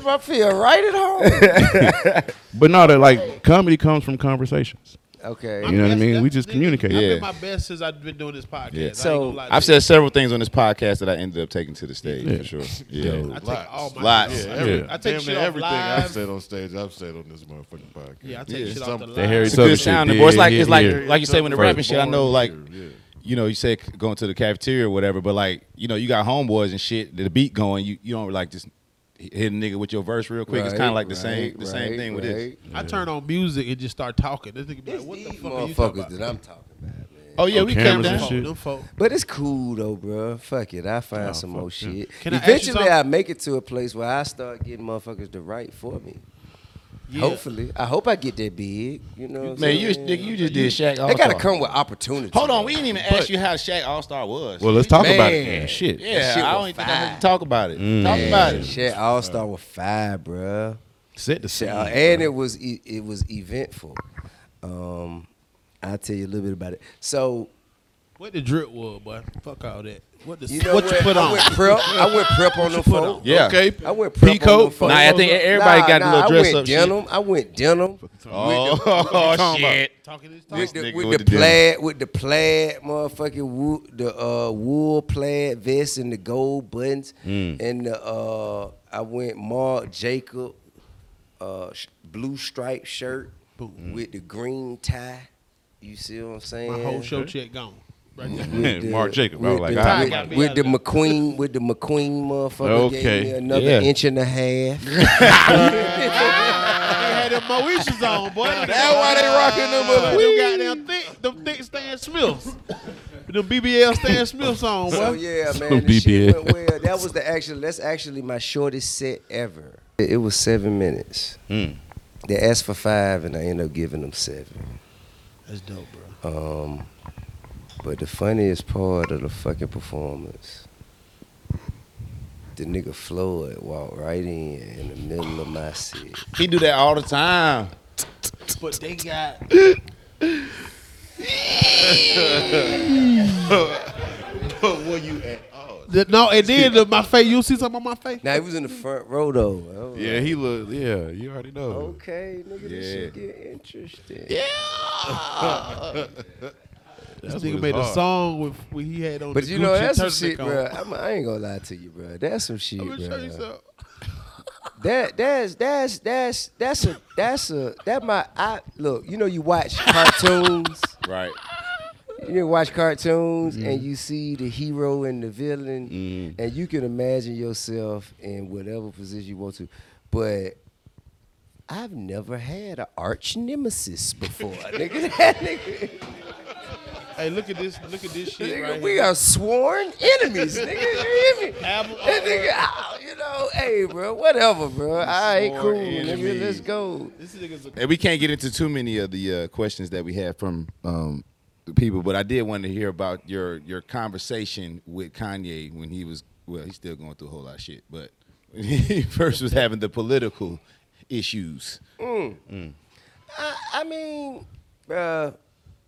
Speaker 5: I feel right at home.
Speaker 10: but no, that like comedy comes from conversations.
Speaker 5: Okay.
Speaker 10: You know what I mean? We just communicate.
Speaker 8: communicate. I've
Speaker 4: Yeah.
Speaker 8: been my best since I've been doing this podcast. I ain't
Speaker 5: So,
Speaker 8: gonna lie to
Speaker 4: I've
Speaker 8: you.
Speaker 4: said several things on this podcast that I ended up taking to the stage
Speaker 10: Yeah.
Speaker 4: for sure. Yeah.
Speaker 8: I take all my
Speaker 4: Lots.
Speaker 8: shit off.
Speaker 10: every-
Speaker 8: I take
Speaker 2: Damn
Speaker 8: shit
Speaker 2: near
Speaker 8: off
Speaker 2: everything
Speaker 8: live.
Speaker 2: I've said on stage, I've said on this motherfucking podcast.
Speaker 8: Yeah, I take
Speaker 4: Yeah.
Speaker 8: shit off the
Speaker 10: That
Speaker 8: line.
Speaker 10: Harry
Speaker 4: It's a
Speaker 10: Tubman
Speaker 4: good
Speaker 10: shit
Speaker 4: sounding,
Speaker 10: did
Speaker 4: boy. It's like
Speaker 10: hit
Speaker 4: it's like
Speaker 10: here.
Speaker 4: like you say when the
Speaker 10: First
Speaker 4: rapping shit. I know
Speaker 2: born
Speaker 4: like
Speaker 2: here, yeah.
Speaker 4: you know you say c- going to the cafeteria or whatever, but like you know you got homeboys and shit. The beat going, you you don't like just hit a nigga with your verse real quick. it's kind of like the same the same thing with this.
Speaker 8: I turn on music and just start talking. This nigga be like,
Speaker 5: It's
Speaker 8: what the
Speaker 5: these
Speaker 8: fuck are you talking
Speaker 5: motherfuckers
Speaker 8: about?
Speaker 5: that I'm talking about, man.
Speaker 8: Oh yeah,
Speaker 10: On
Speaker 8: we came
Speaker 10: cameras and
Speaker 8: down.
Speaker 10: shit.
Speaker 8: Them folk.
Speaker 5: But it's cool though, bro. Fuck it. I find some more shit.
Speaker 8: Can I ask you
Speaker 5: Eventually,
Speaker 8: something?
Speaker 5: I, make it to a place where I start getting motherfuckers to write for me.
Speaker 8: Yeah.
Speaker 5: Hopefully, I hope I get that big. You know, what I'm
Speaker 4: Man, you
Speaker 5: saying?
Speaker 4: nigga, you just did Shaq.
Speaker 5: They gotta
Speaker 4: All-Star.
Speaker 5: come with opportunity.
Speaker 4: Hold on, we didn't even ask you how Shaq All Star was.
Speaker 10: Well, let's talk about it.
Speaker 5: Man.
Speaker 10: then. Shit.
Speaker 4: yeah,
Speaker 5: shit
Speaker 4: I
Speaker 5: was
Speaker 4: don't even think I heard
Speaker 5: fire.
Speaker 4: you talk about it.
Speaker 10: Mm.
Speaker 4: Talk about it.
Speaker 5: Shit, All Star with five, bruh.
Speaker 10: Set the
Speaker 5: Shit,
Speaker 10: scene.
Speaker 5: uh, and it was e- it was eventful. Um, I'll tell you a little bit about it. So
Speaker 8: What the drip was, boy? Fuck all that. What the
Speaker 5: you know
Speaker 8: what,
Speaker 5: what?
Speaker 8: you put
Speaker 5: I
Speaker 8: on?
Speaker 5: went prep. I went prep on them folks.
Speaker 4: Yeah.
Speaker 2: Okay.
Speaker 5: I went prep on them
Speaker 10: Peacoat?
Speaker 5: folks.
Speaker 4: Nah, I think everybody got a little
Speaker 5: I
Speaker 4: dress
Speaker 5: went
Speaker 4: up shit.
Speaker 5: Denim. I went denim
Speaker 4: Oh shit.
Speaker 8: Talking this talk.
Speaker 5: with the,
Speaker 4: nigga
Speaker 5: with
Speaker 4: with
Speaker 5: the
Speaker 4: the denim.
Speaker 5: plaid, with the plaid, motherfucking wool, the uh, wool plaid vest and the gold buttons, and the uh, I went Mark Jacob uh, sh- blue striped shirt with the green tie. You see what I'm saying?
Speaker 8: My whole show check gone. Right there.
Speaker 5: with the-
Speaker 10: Mark Jacob. I was
Speaker 5: with
Speaker 10: like,
Speaker 5: the,
Speaker 10: all right.
Speaker 5: with-
Speaker 8: gotta be
Speaker 5: with
Speaker 8: out
Speaker 5: the
Speaker 8: of there.
Speaker 5: McQueen, with the McQueen motherfucker
Speaker 10: Okay,
Speaker 5: gave me another
Speaker 4: yeah.
Speaker 5: inch and a half.
Speaker 8: They had them Moesha's on, boy.
Speaker 2: That's why they rocking them
Speaker 8: Them
Speaker 2: motherfuckers.
Speaker 8: goddamn thick, them thick Stan Smiths. them BBL Stan Smiths on, boy.
Speaker 5: So yeah,
Speaker 10: Salute
Speaker 5: man, the shit
Speaker 10: BBL.
Speaker 5: went well. That was the actual. That's actually my shortest set ever. It, it was seven minutes. They asked for five, and I ended up giving them seven.
Speaker 8: That's dope, bro.
Speaker 5: Um, but the funniest part of the fucking performance, the nigga Floyd walked right in in the middle of my set.
Speaker 4: He do that all the time.
Speaker 8: But they got
Speaker 2: But were you at all?
Speaker 8: the, no, and then the, my face. You see something on my face?
Speaker 5: Now he was in the front row though. I was
Speaker 10: Yeah, he looked. Yeah, you already know.
Speaker 5: like, okay, nigga, this
Speaker 4: Yeah.
Speaker 5: shit get interesting. Yeah.
Speaker 8: This
Speaker 10: That's
Speaker 8: nigga
Speaker 10: what
Speaker 8: made
Speaker 10: it's
Speaker 8: a
Speaker 10: hard.
Speaker 8: song with what he had on.
Speaker 5: But
Speaker 8: the
Speaker 5: you know
Speaker 8: Gucci
Speaker 5: that's some
Speaker 8: turtleneck
Speaker 5: shit,
Speaker 8: on.
Speaker 5: bro. I'm, I ain't gonna lie to you, bro. That's some shit,
Speaker 8: I'm gonna show you
Speaker 5: bruh.
Speaker 8: something.
Speaker 5: That that's that's that's that's a that's a that my I look. You know you watch cartoons.
Speaker 4: Right.
Speaker 5: you watch cartoons
Speaker 8: Mm-hmm.
Speaker 5: and you see the hero and the villain, and you can imagine yourself in whatever position you want to. But I've never had an arch nemesis before, nigga. That nigga,
Speaker 8: Hey, look at this. Look at this shit
Speaker 5: nigga,
Speaker 8: right
Speaker 5: we
Speaker 8: here.
Speaker 5: are sworn enemies, nigga. You hear me?
Speaker 8: Apple-
Speaker 5: That nigga, I- you know Yo, hey, bro, whatever, bro. All right,
Speaker 7: More
Speaker 5: cool.
Speaker 7: enemies.
Speaker 5: Nigga, let's go.
Speaker 7: This nigga's a
Speaker 4: And we can't get into too many of the uh, questions that we had from um, the people, but I did want to hear about your your conversation with Kanye when he was well, he's still going through a whole lot of shit, but when he first was having the political issues.
Speaker 5: Mm. I, I mean, bruh,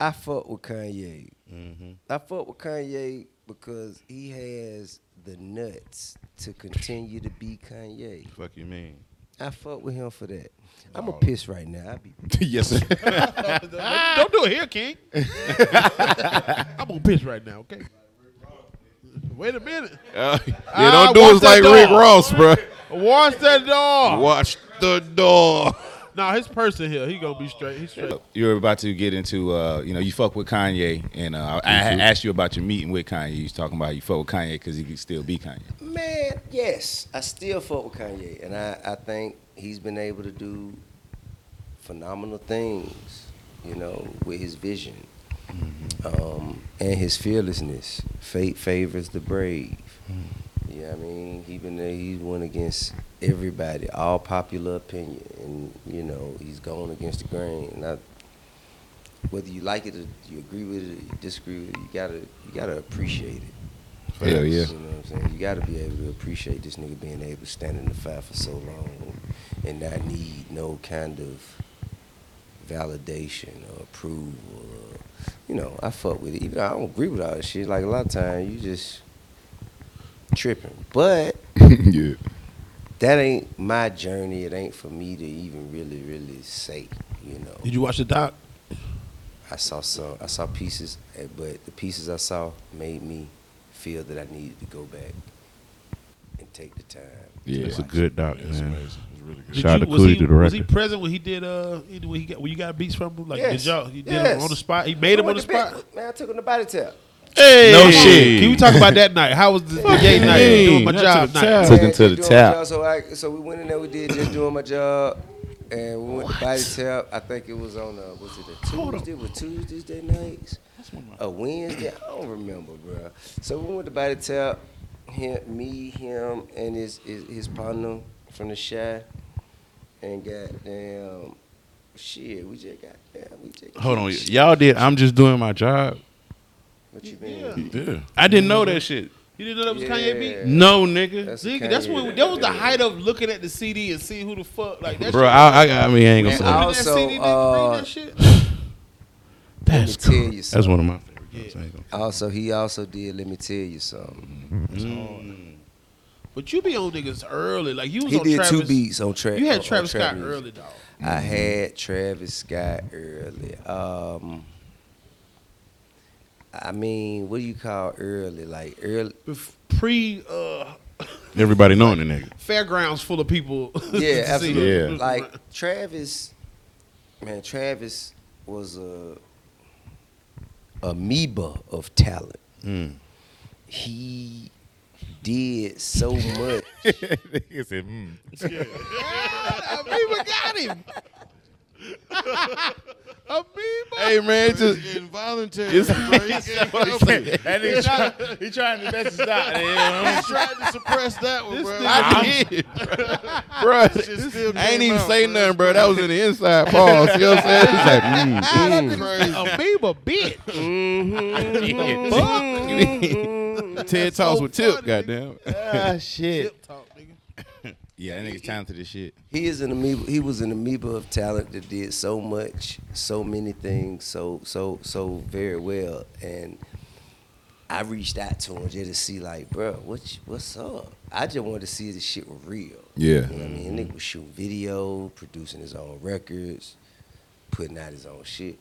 Speaker 5: I fuck with Kanye.
Speaker 10: Mm-hmm.
Speaker 5: I fuck with Kanye because he has the nuts to continue to be Kanye.
Speaker 10: Fuck you mean? Oh.
Speaker 5: I fuck with him for that. I'm a piss right now. I be
Speaker 4: yes, sir.
Speaker 8: Don't do it here, King. I'm gonna piss right now, okay? Wait a minute.
Speaker 2: Uh, yeah,
Speaker 8: Ah,
Speaker 2: don't do
Speaker 8: watch
Speaker 2: us
Speaker 8: that
Speaker 2: like Rick
Speaker 8: door.
Speaker 2: Ross, bro.
Speaker 8: Watch that door.
Speaker 2: Watch the door.
Speaker 8: Nah, his person here, he gonna be straight. He's straight.
Speaker 4: You were about to get into, uh, you know, you fuck with Kanye, and uh, I, I had asked you about your meeting with Kanye. You was talking about you fuck with Kanye because he could still be Kanye.
Speaker 5: Man, yes, I still fuck with Kanye, and I, I think he's been able to do phenomenal things, you know, with his vision um, and his fearlessness. Fate favors the brave.
Speaker 4: Hmm.
Speaker 5: Yeah, I mean, he been there, he's went against everybody, all popular opinion, and you know, he's going against the grain. And I, whether you like it, or you agree with it, or you disagree with it, you gotta you gotta appreciate it.
Speaker 4: Hell yeah.
Speaker 5: You know what I'm saying? You got to be able to appreciate this nigga being able to stand in the fight for so long and not need no kind of validation or approval. Or, you know, I fuck with it. Even though I don't agree with all this shit. Like a lot of times, you just tripping. But
Speaker 4: yeah.
Speaker 5: that ain't my journey. It ain't for me to even really, really say. You know,
Speaker 8: Did you watch the doc?
Speaker 5: I saw some. I saw pieces, eh, but the pieces I saw made me feel that I needed to go back and take the time.
Speaker 10: Yeah,
Speaker 5: to
Speaker 10: it's a
Speaker 5: watch
Speaker 10: good
Speaker 5: it.
Speaker 10: doc, It's man. amazing. It's really good.
Speaker 8: Did
Speaker 10: Shout out
Speaker 8: you-
Speaker 10: to
Speaker 8: was
Speaker 10: Cooley
Speaker 8: he-
Speaker 10: to the
Speaker 8: Was he
Speaker 10: record.
Speaker 8: present when he did uh he- when he got when you got beats from him? Like
Speaker 5: Yes.
Speaker 8: did y'all he did
Speaker 5: Yes.
Speaker 8: him on the spot? He made him
Speaker 5: We
Speaker 8: on
Speaker 5: went
Speaker 8: the
Speaker 5: to
Speaker 8: spot.
Speaker 5: bed- Man, I took him to body tap.
Speaker 8: Hey,
Speaker 4: No shit.
Speaker 8: Can we talk about that night? How was the
Speaker 5: Fuck
Speaker 8: yay
Speaker 5: you
Speaker 8: night?
Speaker 4: mean?
Speaker 8: Doing my
Speaker 4: Not
Speaker 8: job
Speaker 4: to the
Speaker 8: night.
Speaker 4: town. Took him to the
Speaker 5: Doing my
Speaker 4: tap.
Speaker 5: job, So, I, so we went in there. We did just doing my job, and we went to body tap. I think it was on a was it a Tuesday? Was Tuesday nights? A Wednesday? I don't remember, bro. So we went to body tap. Him, me, him, and his his, his partner from the shy, and goddamn shit. We just got damn. We just
Speaker 10: Hold on, y'all did. I'm just doing my job.
Speaker 5: What you mean?
Speaker 10: Yeah. I didn't know that
Speaker 5: Mm-hmm.
Speaker 10: shit.
Speaker 8: You didn't know that was
Speaker 5: Yeah.
Speaker 8: Kanye beat?
Speaker 10: No, nigga. That's
Speaker 8: Nigga, that's what that was the height of looking at the CD and seeing who the fuck like that.
Speaker 10: Bro,
Speaker 8: shit-
Speaker 10: I- I- I mean, I ain't gonna
Speaker 8: When
Speaker 10: say
Speaker 8: that
Speaker 10: that.
Speaker 5: Also,
Speaker 8: CD didn't
Speaker 5: uh,
Speaker 8: bring that shit.
Speaker 10: That's
Speaker 5: Let me tell
Speaker 10: cool.
Speaker 5: you
Speaker 10: That's
Speaker 5: something.
Speaker 10: one of my favorite. docs. I ain't gonna-
Speaker 5: Also, he also did. Let me tell you something.
Speaker 8: But you be on niggas early. Like you was
Speaker 5: He
Speaker 8: on
Speaker 5: did
Speaker 8: Travis.
Speaker 5: two beats on Tra-
Speaker 8: You
Speaker 5: on-
Speaker 8: had
Speaker 5: on
Speaker 8: Travis
Speaker 5: trap
Speaker 8: Scott
Speaker 5: music.
Speaker 8: early, dog.
Speaker 5: I had Travis Scott early. Um, I mean, what do you call early? Like early?
Speaker 8: Bef- Pre uh,
Speaker 10: Everybody knowing the nigga.
Speaker 8: fairgrounds full of people. to
Speaker 5: Yeah,
Speaker 8: see.
Speaker 5: absolutely.
Speaker 10: Yeah.
Speaker 5: Like Travis, man, Travis was a amoeba of talent.
Speaker 10: Mm.
Speaker 5: He did so much.
Speaker 4: He said, mm.
Speaker 8: Amoeba got him. Amoeba.
Speaker 2: Hey man, it's just involuntary. It's,
Speaker 7: That nigga trying, he trying his best to stop. it, you know?
Speaker 2: I tried to suppress that one, bro.
Speaker 10: I did, bro.
Speaker 2: Just still
Speaker 10: I ain't
Speaker 2: came
Speaker 10: even
Speaker 2: out,
Speaker 10: say
Speaker 2: bro.
Speaker 10: nothing, bro. That was in the inside pause. You know what I'm saying? It's like, mm,
Speaker 2: Crazy.
Speaker 8: Amoeba, bitch.
Speaker 10: mm. Ted talks with Tip. Goddamn.
Speaker 4: ah, shit.
Speaker 8: Talk, nigga.
Speaker 4: Yeah, that nigga's talented as shit.
Speaker 5: He is an amoeba. He was an amoeba of talent that did so much, so many things, so so so very well. And I reached out to him just to see, like, bro, what you- what's up? I just wanted to see if this shit was real.
Speaker 4: Yeah.
Speaker 5: you know what I mean, nigga was shooting video, producing his own records, putting out his own shit.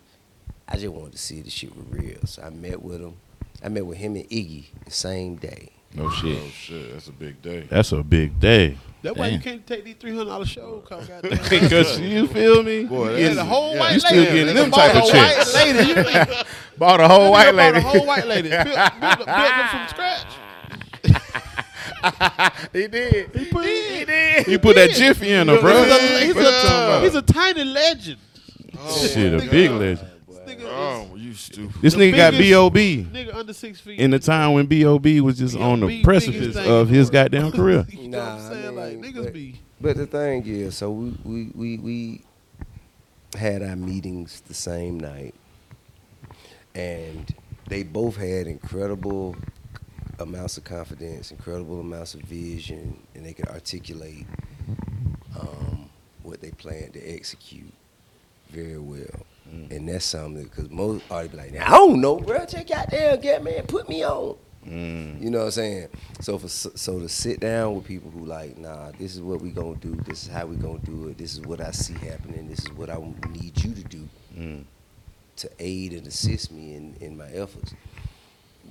Speaker 5: I just wanted to see if this shit was real. So I met with him. I met with him and Iggy the same day.
Speaker 10: No shit.
Speaker 2: Oh shit, that's a big day.
Speaker 10: That's a big day.
Speaker 8: That's why you
Speaker 4: Damn.
Speaker 8: can't take these three hundred dollar show. Cause goddamn.
Speaker 10: Because you feel me?
Speaker 2: Boy,
Speaker 8: Yeah,
Speaker 2: that's-
Speaker 8: the whole white
Speaker 10: you
Speaker 8: lady.
Speaker 10: still getting them
Speaker 8: Bought
Speaker 10: type of
Speaker 8: a
Speaker 10: chicks.
Speaker 8: White lady. You think-
Speaker 10: Bought a whole
Speaker 8: you
Speaker 10: white
Speaker 8: done bought
Speaker 10: lady.
Speaker 8: A whole white lady. Built, built, built them from scratch.
Speaker 10: He did.
Speaker 8: He put, he did.
Speaker 10: He put that jiffy in her, bro.
Speaker 8: He's a, he's a tiny legend.
Speaker 10: Shit, a big legend.
Speaker 8: This nigga
Speaker 2: Oh, you stupid.
Speaker 10: This
Speaker 8: Oh, The
Speaker 10: nigga got
Speaker 8: biggest
Speaker 10: B.O.B.
Speaker 8: nigga under six feet.
Speaker 10: In the time when B.O.B. was just on the
Speaker 8: B.O.B.
Speaker 10: precipice
Speaker 8: biggest thing
Speaker 10: of
Speaker 8: in the
Speaker 10: his
Speaker 8: world.
Speaker 10: goddamn career.
Speaker 8: You know what I'm saying? Like, niggas
Speaker 5: but,
Speaker 8: be-
Speaker 5: But the thing is, so we we we, we had our meetings the same night, and they both had incredible amounts of confidence, incredible amounts of vision, and they could articulate um, what they planned to execute very well. And that's something because most already be like, "Now, I don't know, bro. Check out there, get man, put me on. You know what I'm saying? So for so to sit down with people who like, nah, this is what we gonna do. This is how we gonna do it. This is what I see happening. This is what I need you to do to aid and assist me in in my efforts.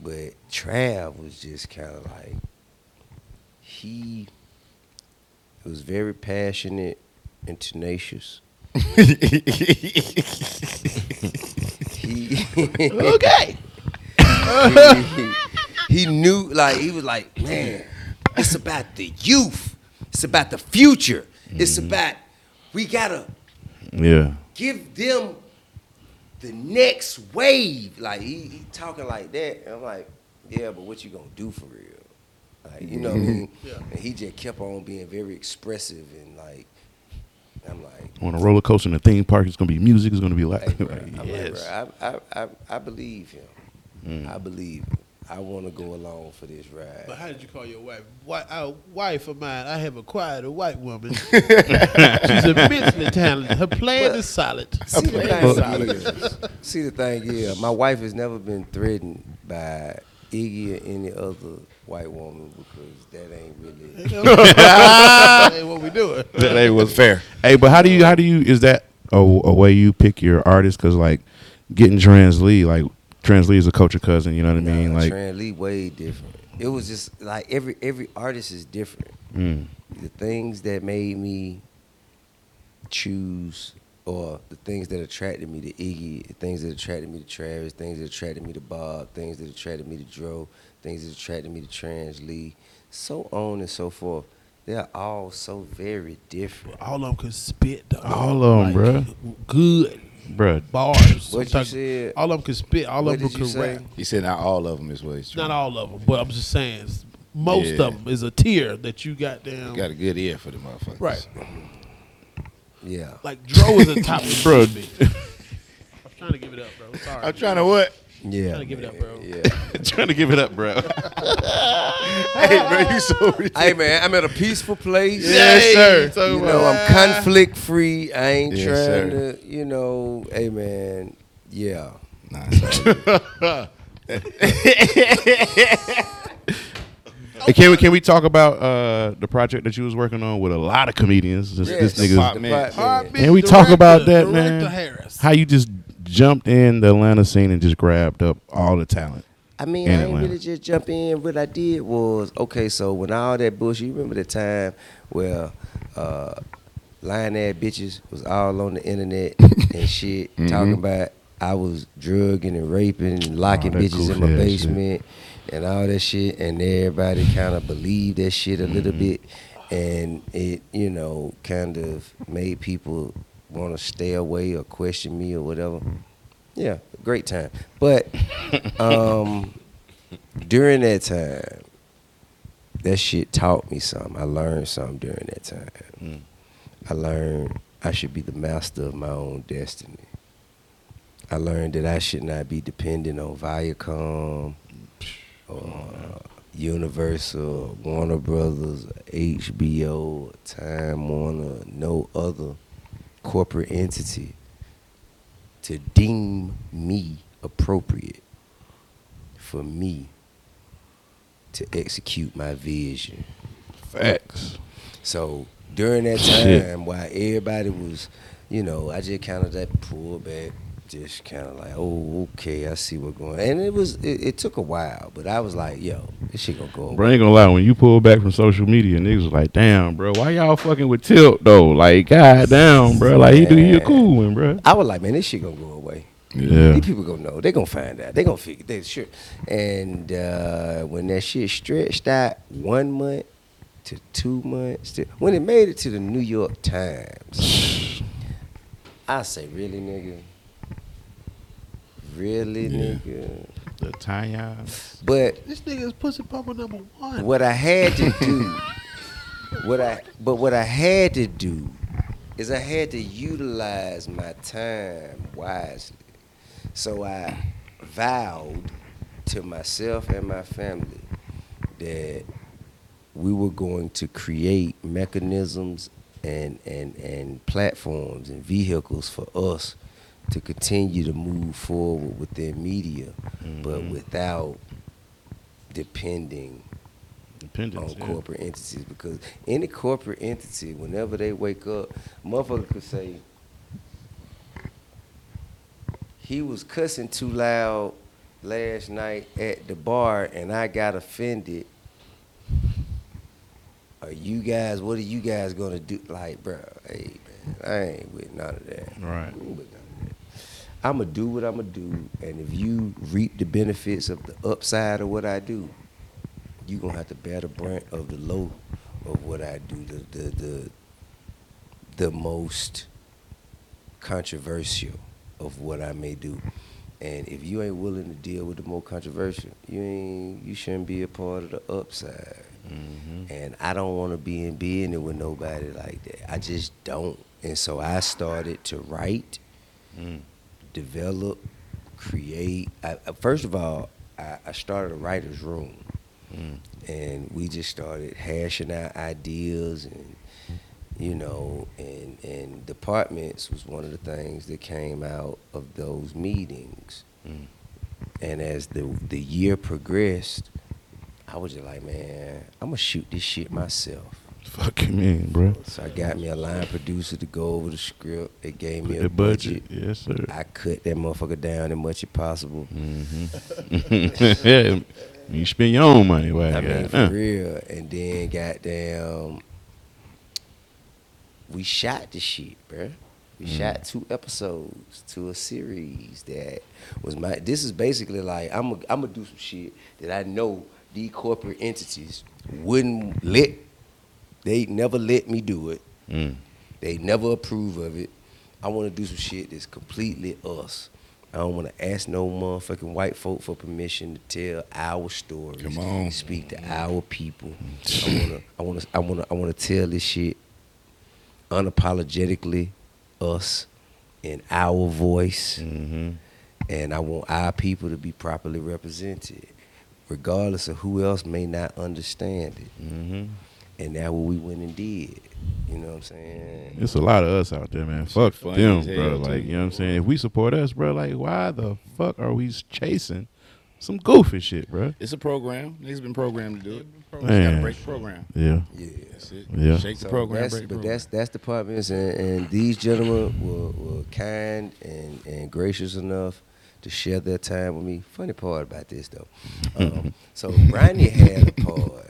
Speaker 5: But Trav was just kind of like he was very passionate and tenacious. he
Speaker 7: Okay.
Speaker 5: he, he knew like he was like, man, it's about the youth. It's about the future. It's
Speaker 10: Mm-hmm.
Speaker 5: about we gotta
Speaker 10: Yeah.
Speaker 5: give them the next wave. Like he, he talking like that. And I'm like, yeah, but what you gonna do for real? Like, you know what I mean?
Speaker 10: Mm-hmm.
Speaker 5: And he just kept on being very expressive and like I'm like
Speaker 10: On a roller coaster in a theme park, it's gonna be music. It's gonna be like,
Speaker 5: Hey,
Speaker 10: like,
Speaker 5: I'm
Speaker 10: yes.
Speaker 5: like, bro, I, I, I, I believe him.
Speaker 10: Mm.
Speaker 5: I believe him. I want to go along for this ride.
Speaker 8: But how did you call your wife? Why, uh, wife of mine, I have acquired a white woman. She's immensely talented. Her plan
Speaker 5: Well,
Speaker 8: is solid.
Speaker 5: See
Speaker 8: Her
Speaker 5: the,
Speaker 8: plan is
Speaker 5: thing
Speaker 8: solid.
Speaker 5: is, see the thing is, my wife has never been threatened by Iggy or any other white woman because that ain't really.
Speaker 8: That ain't what we doing.
Speaker 4: That ain't what's fair.
Speaker 10: Hey, but how do you? How do you? Is that a, a way you pick your artist? Because like, getting Trans Lee, like Trans Lee is a culture cousin. You know what I mean?
Speaker 5: Nah,
Speaker 10: like,
Speaker 5: Tran Lee way different. It was just like every every artist is different.
Speaker 10: Mm.
Speaker 5: The things that made me choose or the things that attracted me to Iggy, the things that attracted me to Travis, things that attracted me to Bob, things that attracted me to Dro, things that attracted me to Trans Lee, so on and so forth. They're all so very different.
Speaker 8: All of them could spit. Dog.
Speaker 10: All of 'em,
Speaker 8: bruh. Good.
Speaker 10: Bruh.
Speaker 8: Bars.
Speaker 5: What you
Speaker 8: Sometimes-
Speaker 5: said?
Speaker 8: All of them could spit. All
Speaker 5: What
Speaker 8: of them
Speaker 5: did you
Speaker 8: could
Speaker 5: say?
Speaker 8: rap.
Speaker 4: He said not all of them is what he's trying.
Speaker 8: Not all of them, but I'm just saying, s- most
Speaker 4: Yeah.
Speaker 8: of them is a tier that you got down.
Speaker 4: Got a good ear for the motherfuckers.
Speaker 8: Right.
Speaker 5: Yeah.
Speaker 8: Like Dro is a top
Speaker 4: Bro.
Speaker 8: I'm trying to give it up, bro. Sorry.
Speaker 2: I'm trying to what?
Speaker 5: Yeah.
Speaker 8: Trying to give it up, bro.
Speaker 5: Yeah.
Speaker 10: trying to give it up, bro.
Speaker 4: hey, bro, you so
Speaker 5: Hey man, I'm at a peaceful place.
Speaker 10: Yes, sir. So,
Speaker 5: you know,
Speaker 2: uh,
Speaker 5: I'm conflict free. I ain't
Speaker 4: Yes,
Speaker 5: trying
Speaker 4: sir.
Speaker 5: to, you know, hey man, yeah.
Speaker 4: Nah, it's all good.
Speaker 10: Hey, can we can we talk about uh, the project that you was working on with a lot of comedians? This,
Speaker 5: Yes,
Speaker 10: this
Speaker 5: the
Speaker 10: nigga,
Speaker 4: pop
Speaker 5: the
Speaker 4: man.
Speaker 5: pop man.
Speaker 10: and we talk
Speaker 8: Director-
Speaker 10: about that,
Speaker 8: Director
Speaker 10: man.
Speaker 8: Harris.
Speaker 10: How you just jumped in the Atlanta scene and just grabbed up all the talent.
Speaker 5: I mean, I
Speaker 10: In
Speaker 5: didn't
Speaker 10: Atlanta.
Speaker 5: really just jump in. What I did was okay. So when all that bullshit, you remember the time where uh, lying ass bitches was all on the internet and shit,
Speaker 10: Mm-hmm.
Speaker 5: talking about I was drugging and raping and locking
Speaker 10: that
Speaker 5: bitches in my
Speaker 10: goofy ass shit.
Speaker 5: basement and all that shit, and everybody kind of believed that shit a little
Speaker 10: Mm-hmm.
Speaker 5: bit, and it you know kind of made people want to stay away or question me or whatever. Yeah, great time, but. um, during that time, that shit taught me something. I learned something during that time. I learned I should be the master of my own destiny. I learned that I should not be dependent on Viacom or Universal, or Warner Brothers, or HBO, or Time Warner, or no other corporate entity to deem me appropriate for me to execute my vision.
Speaker 10: Facts.
Speaker 5: So during that
Speaker 10: Shit.
Speaker 5: time, while everybody was, you know, I just kind of that pulled back, just kind of like, oh, okay, I see what's going. And it was, it, it took a while, but I was like, yo, this shit gonna go.
Speaker 10: Bro,
Speaker 5: away.
Speaker 10: I ain't gonna lie. When you pull back from social media, niggas was like, "Damn, bro, why y'all fucking with Tilt though? Like, goddamn, bro, like he do he a cool one, bro."
Speaker 5: I was like, man, this shit gonna go away.
Speaker 10: Yeah,
Speaker 5: These people gonna know. They gonna find out. They gonna figure. They sure. And uh, when that shit stretched out one month to two months, to, when it made it to the New York Times, I say, really, nigga, Really,
Speaker 10: Yeah.
Speaker 5: nigga.
Speaker 10: The tie
Speaker 5: But
Speaker 8: This nigga is pussy pumper number one.
Speaker 5: what I had to do, what I but what I had to do is I had to utilize my time wisely. So I vowed to myself and my family that we were going to create mechanisms and and and platforms and vehicles for us to continue to move forward with their media, but without depending
Speaker 10: Dependence,
Speaker 5: on
Speaker 10: yeah.
Speaker 5: corporate entities because any corporate entity, whenever they wake up, motherfucker could say, he was cussing too loud last night at the bar and I got offended. Are you guys, what are you guys gonna do? Like, bro, hey, man, I ain't with none of that.
Speaker 10: Right.
Speaker 5: I'm gonna do what I'm gonna do, and if you reap the benefits of the upside of what I do, you gonna have to bear the brunt of the low of what I do, the the the, the most controversial of what I may do. And if you ain't willing to deal with the more controversial, you ain't you shouldn't be a part of the upside. And I don't want to be in business with nobody like that. I just don't. And so I started to write, develop, create. I, I- first of all, I, I started a writer's room,
Speaker 10: Hmm.
Speaker 5: and we just started hashing out ideas and you know, and and departments was one of the things that came out of those meetings.
Speaker 10: Hmm.
Speaker 5: And as the the year progressed, I was just like, man, I'm gonna shoot this shit myself.
Speaker 10: Fuck you, man, bro.
Speaker 5: So I got me a line producer to go over the script. It gave me
Speaker 10: Put
Speaker 5: a
Speaker 10: the budget.
Speaker 5: budget.
Speaker 10: Yes, sir.
Speaker 5: I cut that motherfucker down as much as possible.
Speaker 10: Mm-hmm. yeah, you spend your own money. Right?
Speaker 5: I mean,
Speaker 10: God,
Speaker 5: for
Speaker 10: huh?
Speaker 5: real. And then, goddamn, we shot the shit, bruh. We
Speaker 10: Mm.
Speaker 5: shot two episodes to a series that was my. This is basically like I'm gonna I'm do some shit that I know these corporate entities wouldn't let. They never let me do it.
Speaker 10: Mm.
Speaker 5: They never approve of it. I want to do some shit that's completely us. I don't want to ask no motherfucking white folk for permission to tell our stories. Come on, Mm-hmm. speak to our people. I want to. I want to. I want to. I want to tell this shit unapologetically us in our voice. And I want our people to be properly represented, regardless of who else may not understand it. And that's what we went and did. You know what I'm saying?
Speaker 10: It's a lot of us out there, man. Fuck
Speaker 5: funny
Speaker 10: them,
Speaker 5: as hell,
Speaker 10: bro.
Speaker 5: too.
Speaker 10: Like, you know what I'm saying? If we support us, bro, like, why the fuck are we chasing some goofy shit, bro?
Speaker 4: It's a program. Niggas been programmed to do it. Just
Speaker 10: Man.
Speaker 4: gotta break the program.
Speaker 10: Yeah.
Speaker 5: Yeah.
Speaker 4: That's it.
Speaker 10: Yeah.
Speaker 4: Shake the
Speaker 5: So
Speaker 4: program,
Speaker 5: that's-
Speaker 4: break the
Speaker 5: but
Speaker 4: program.
Speaker 5: that's that's the departments, and, and these gentlemen were, were kind and, and gracious enough to share their time with me. Funny part about this though, um, so Ronnie had a part.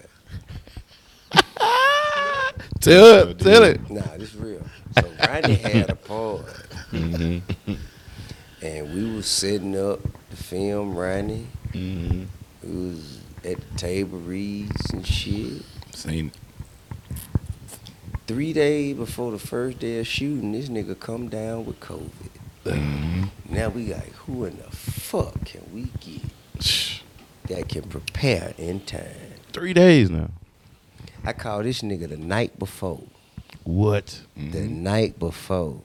Speaker 10: Tell it, tell it.
Speaker 5: Nah, this real. So Ronnie had a part,
Speaker 4: Mm-hmm.
Speaker 5: and we was setting up the film. Ronnie,
Speaker 4: Mm-hmm.
Speaker 5: we was at the table reads and shit.
Speaker 4: Seen
Speaker 5: Three days before the first day of shooting, this nigga come down with COVID.
Speaker 10: Mm-hmm.
Speaker 5: Now we like, who in the fuck can we get that can prepare in time?
Speaker 10: Three days now.
Speaker 5: I called this nigga the night before.
Speaker 10: What?
Speaker 5: The
Speaker 10: Mm-hmm.
Speaker 5: night before.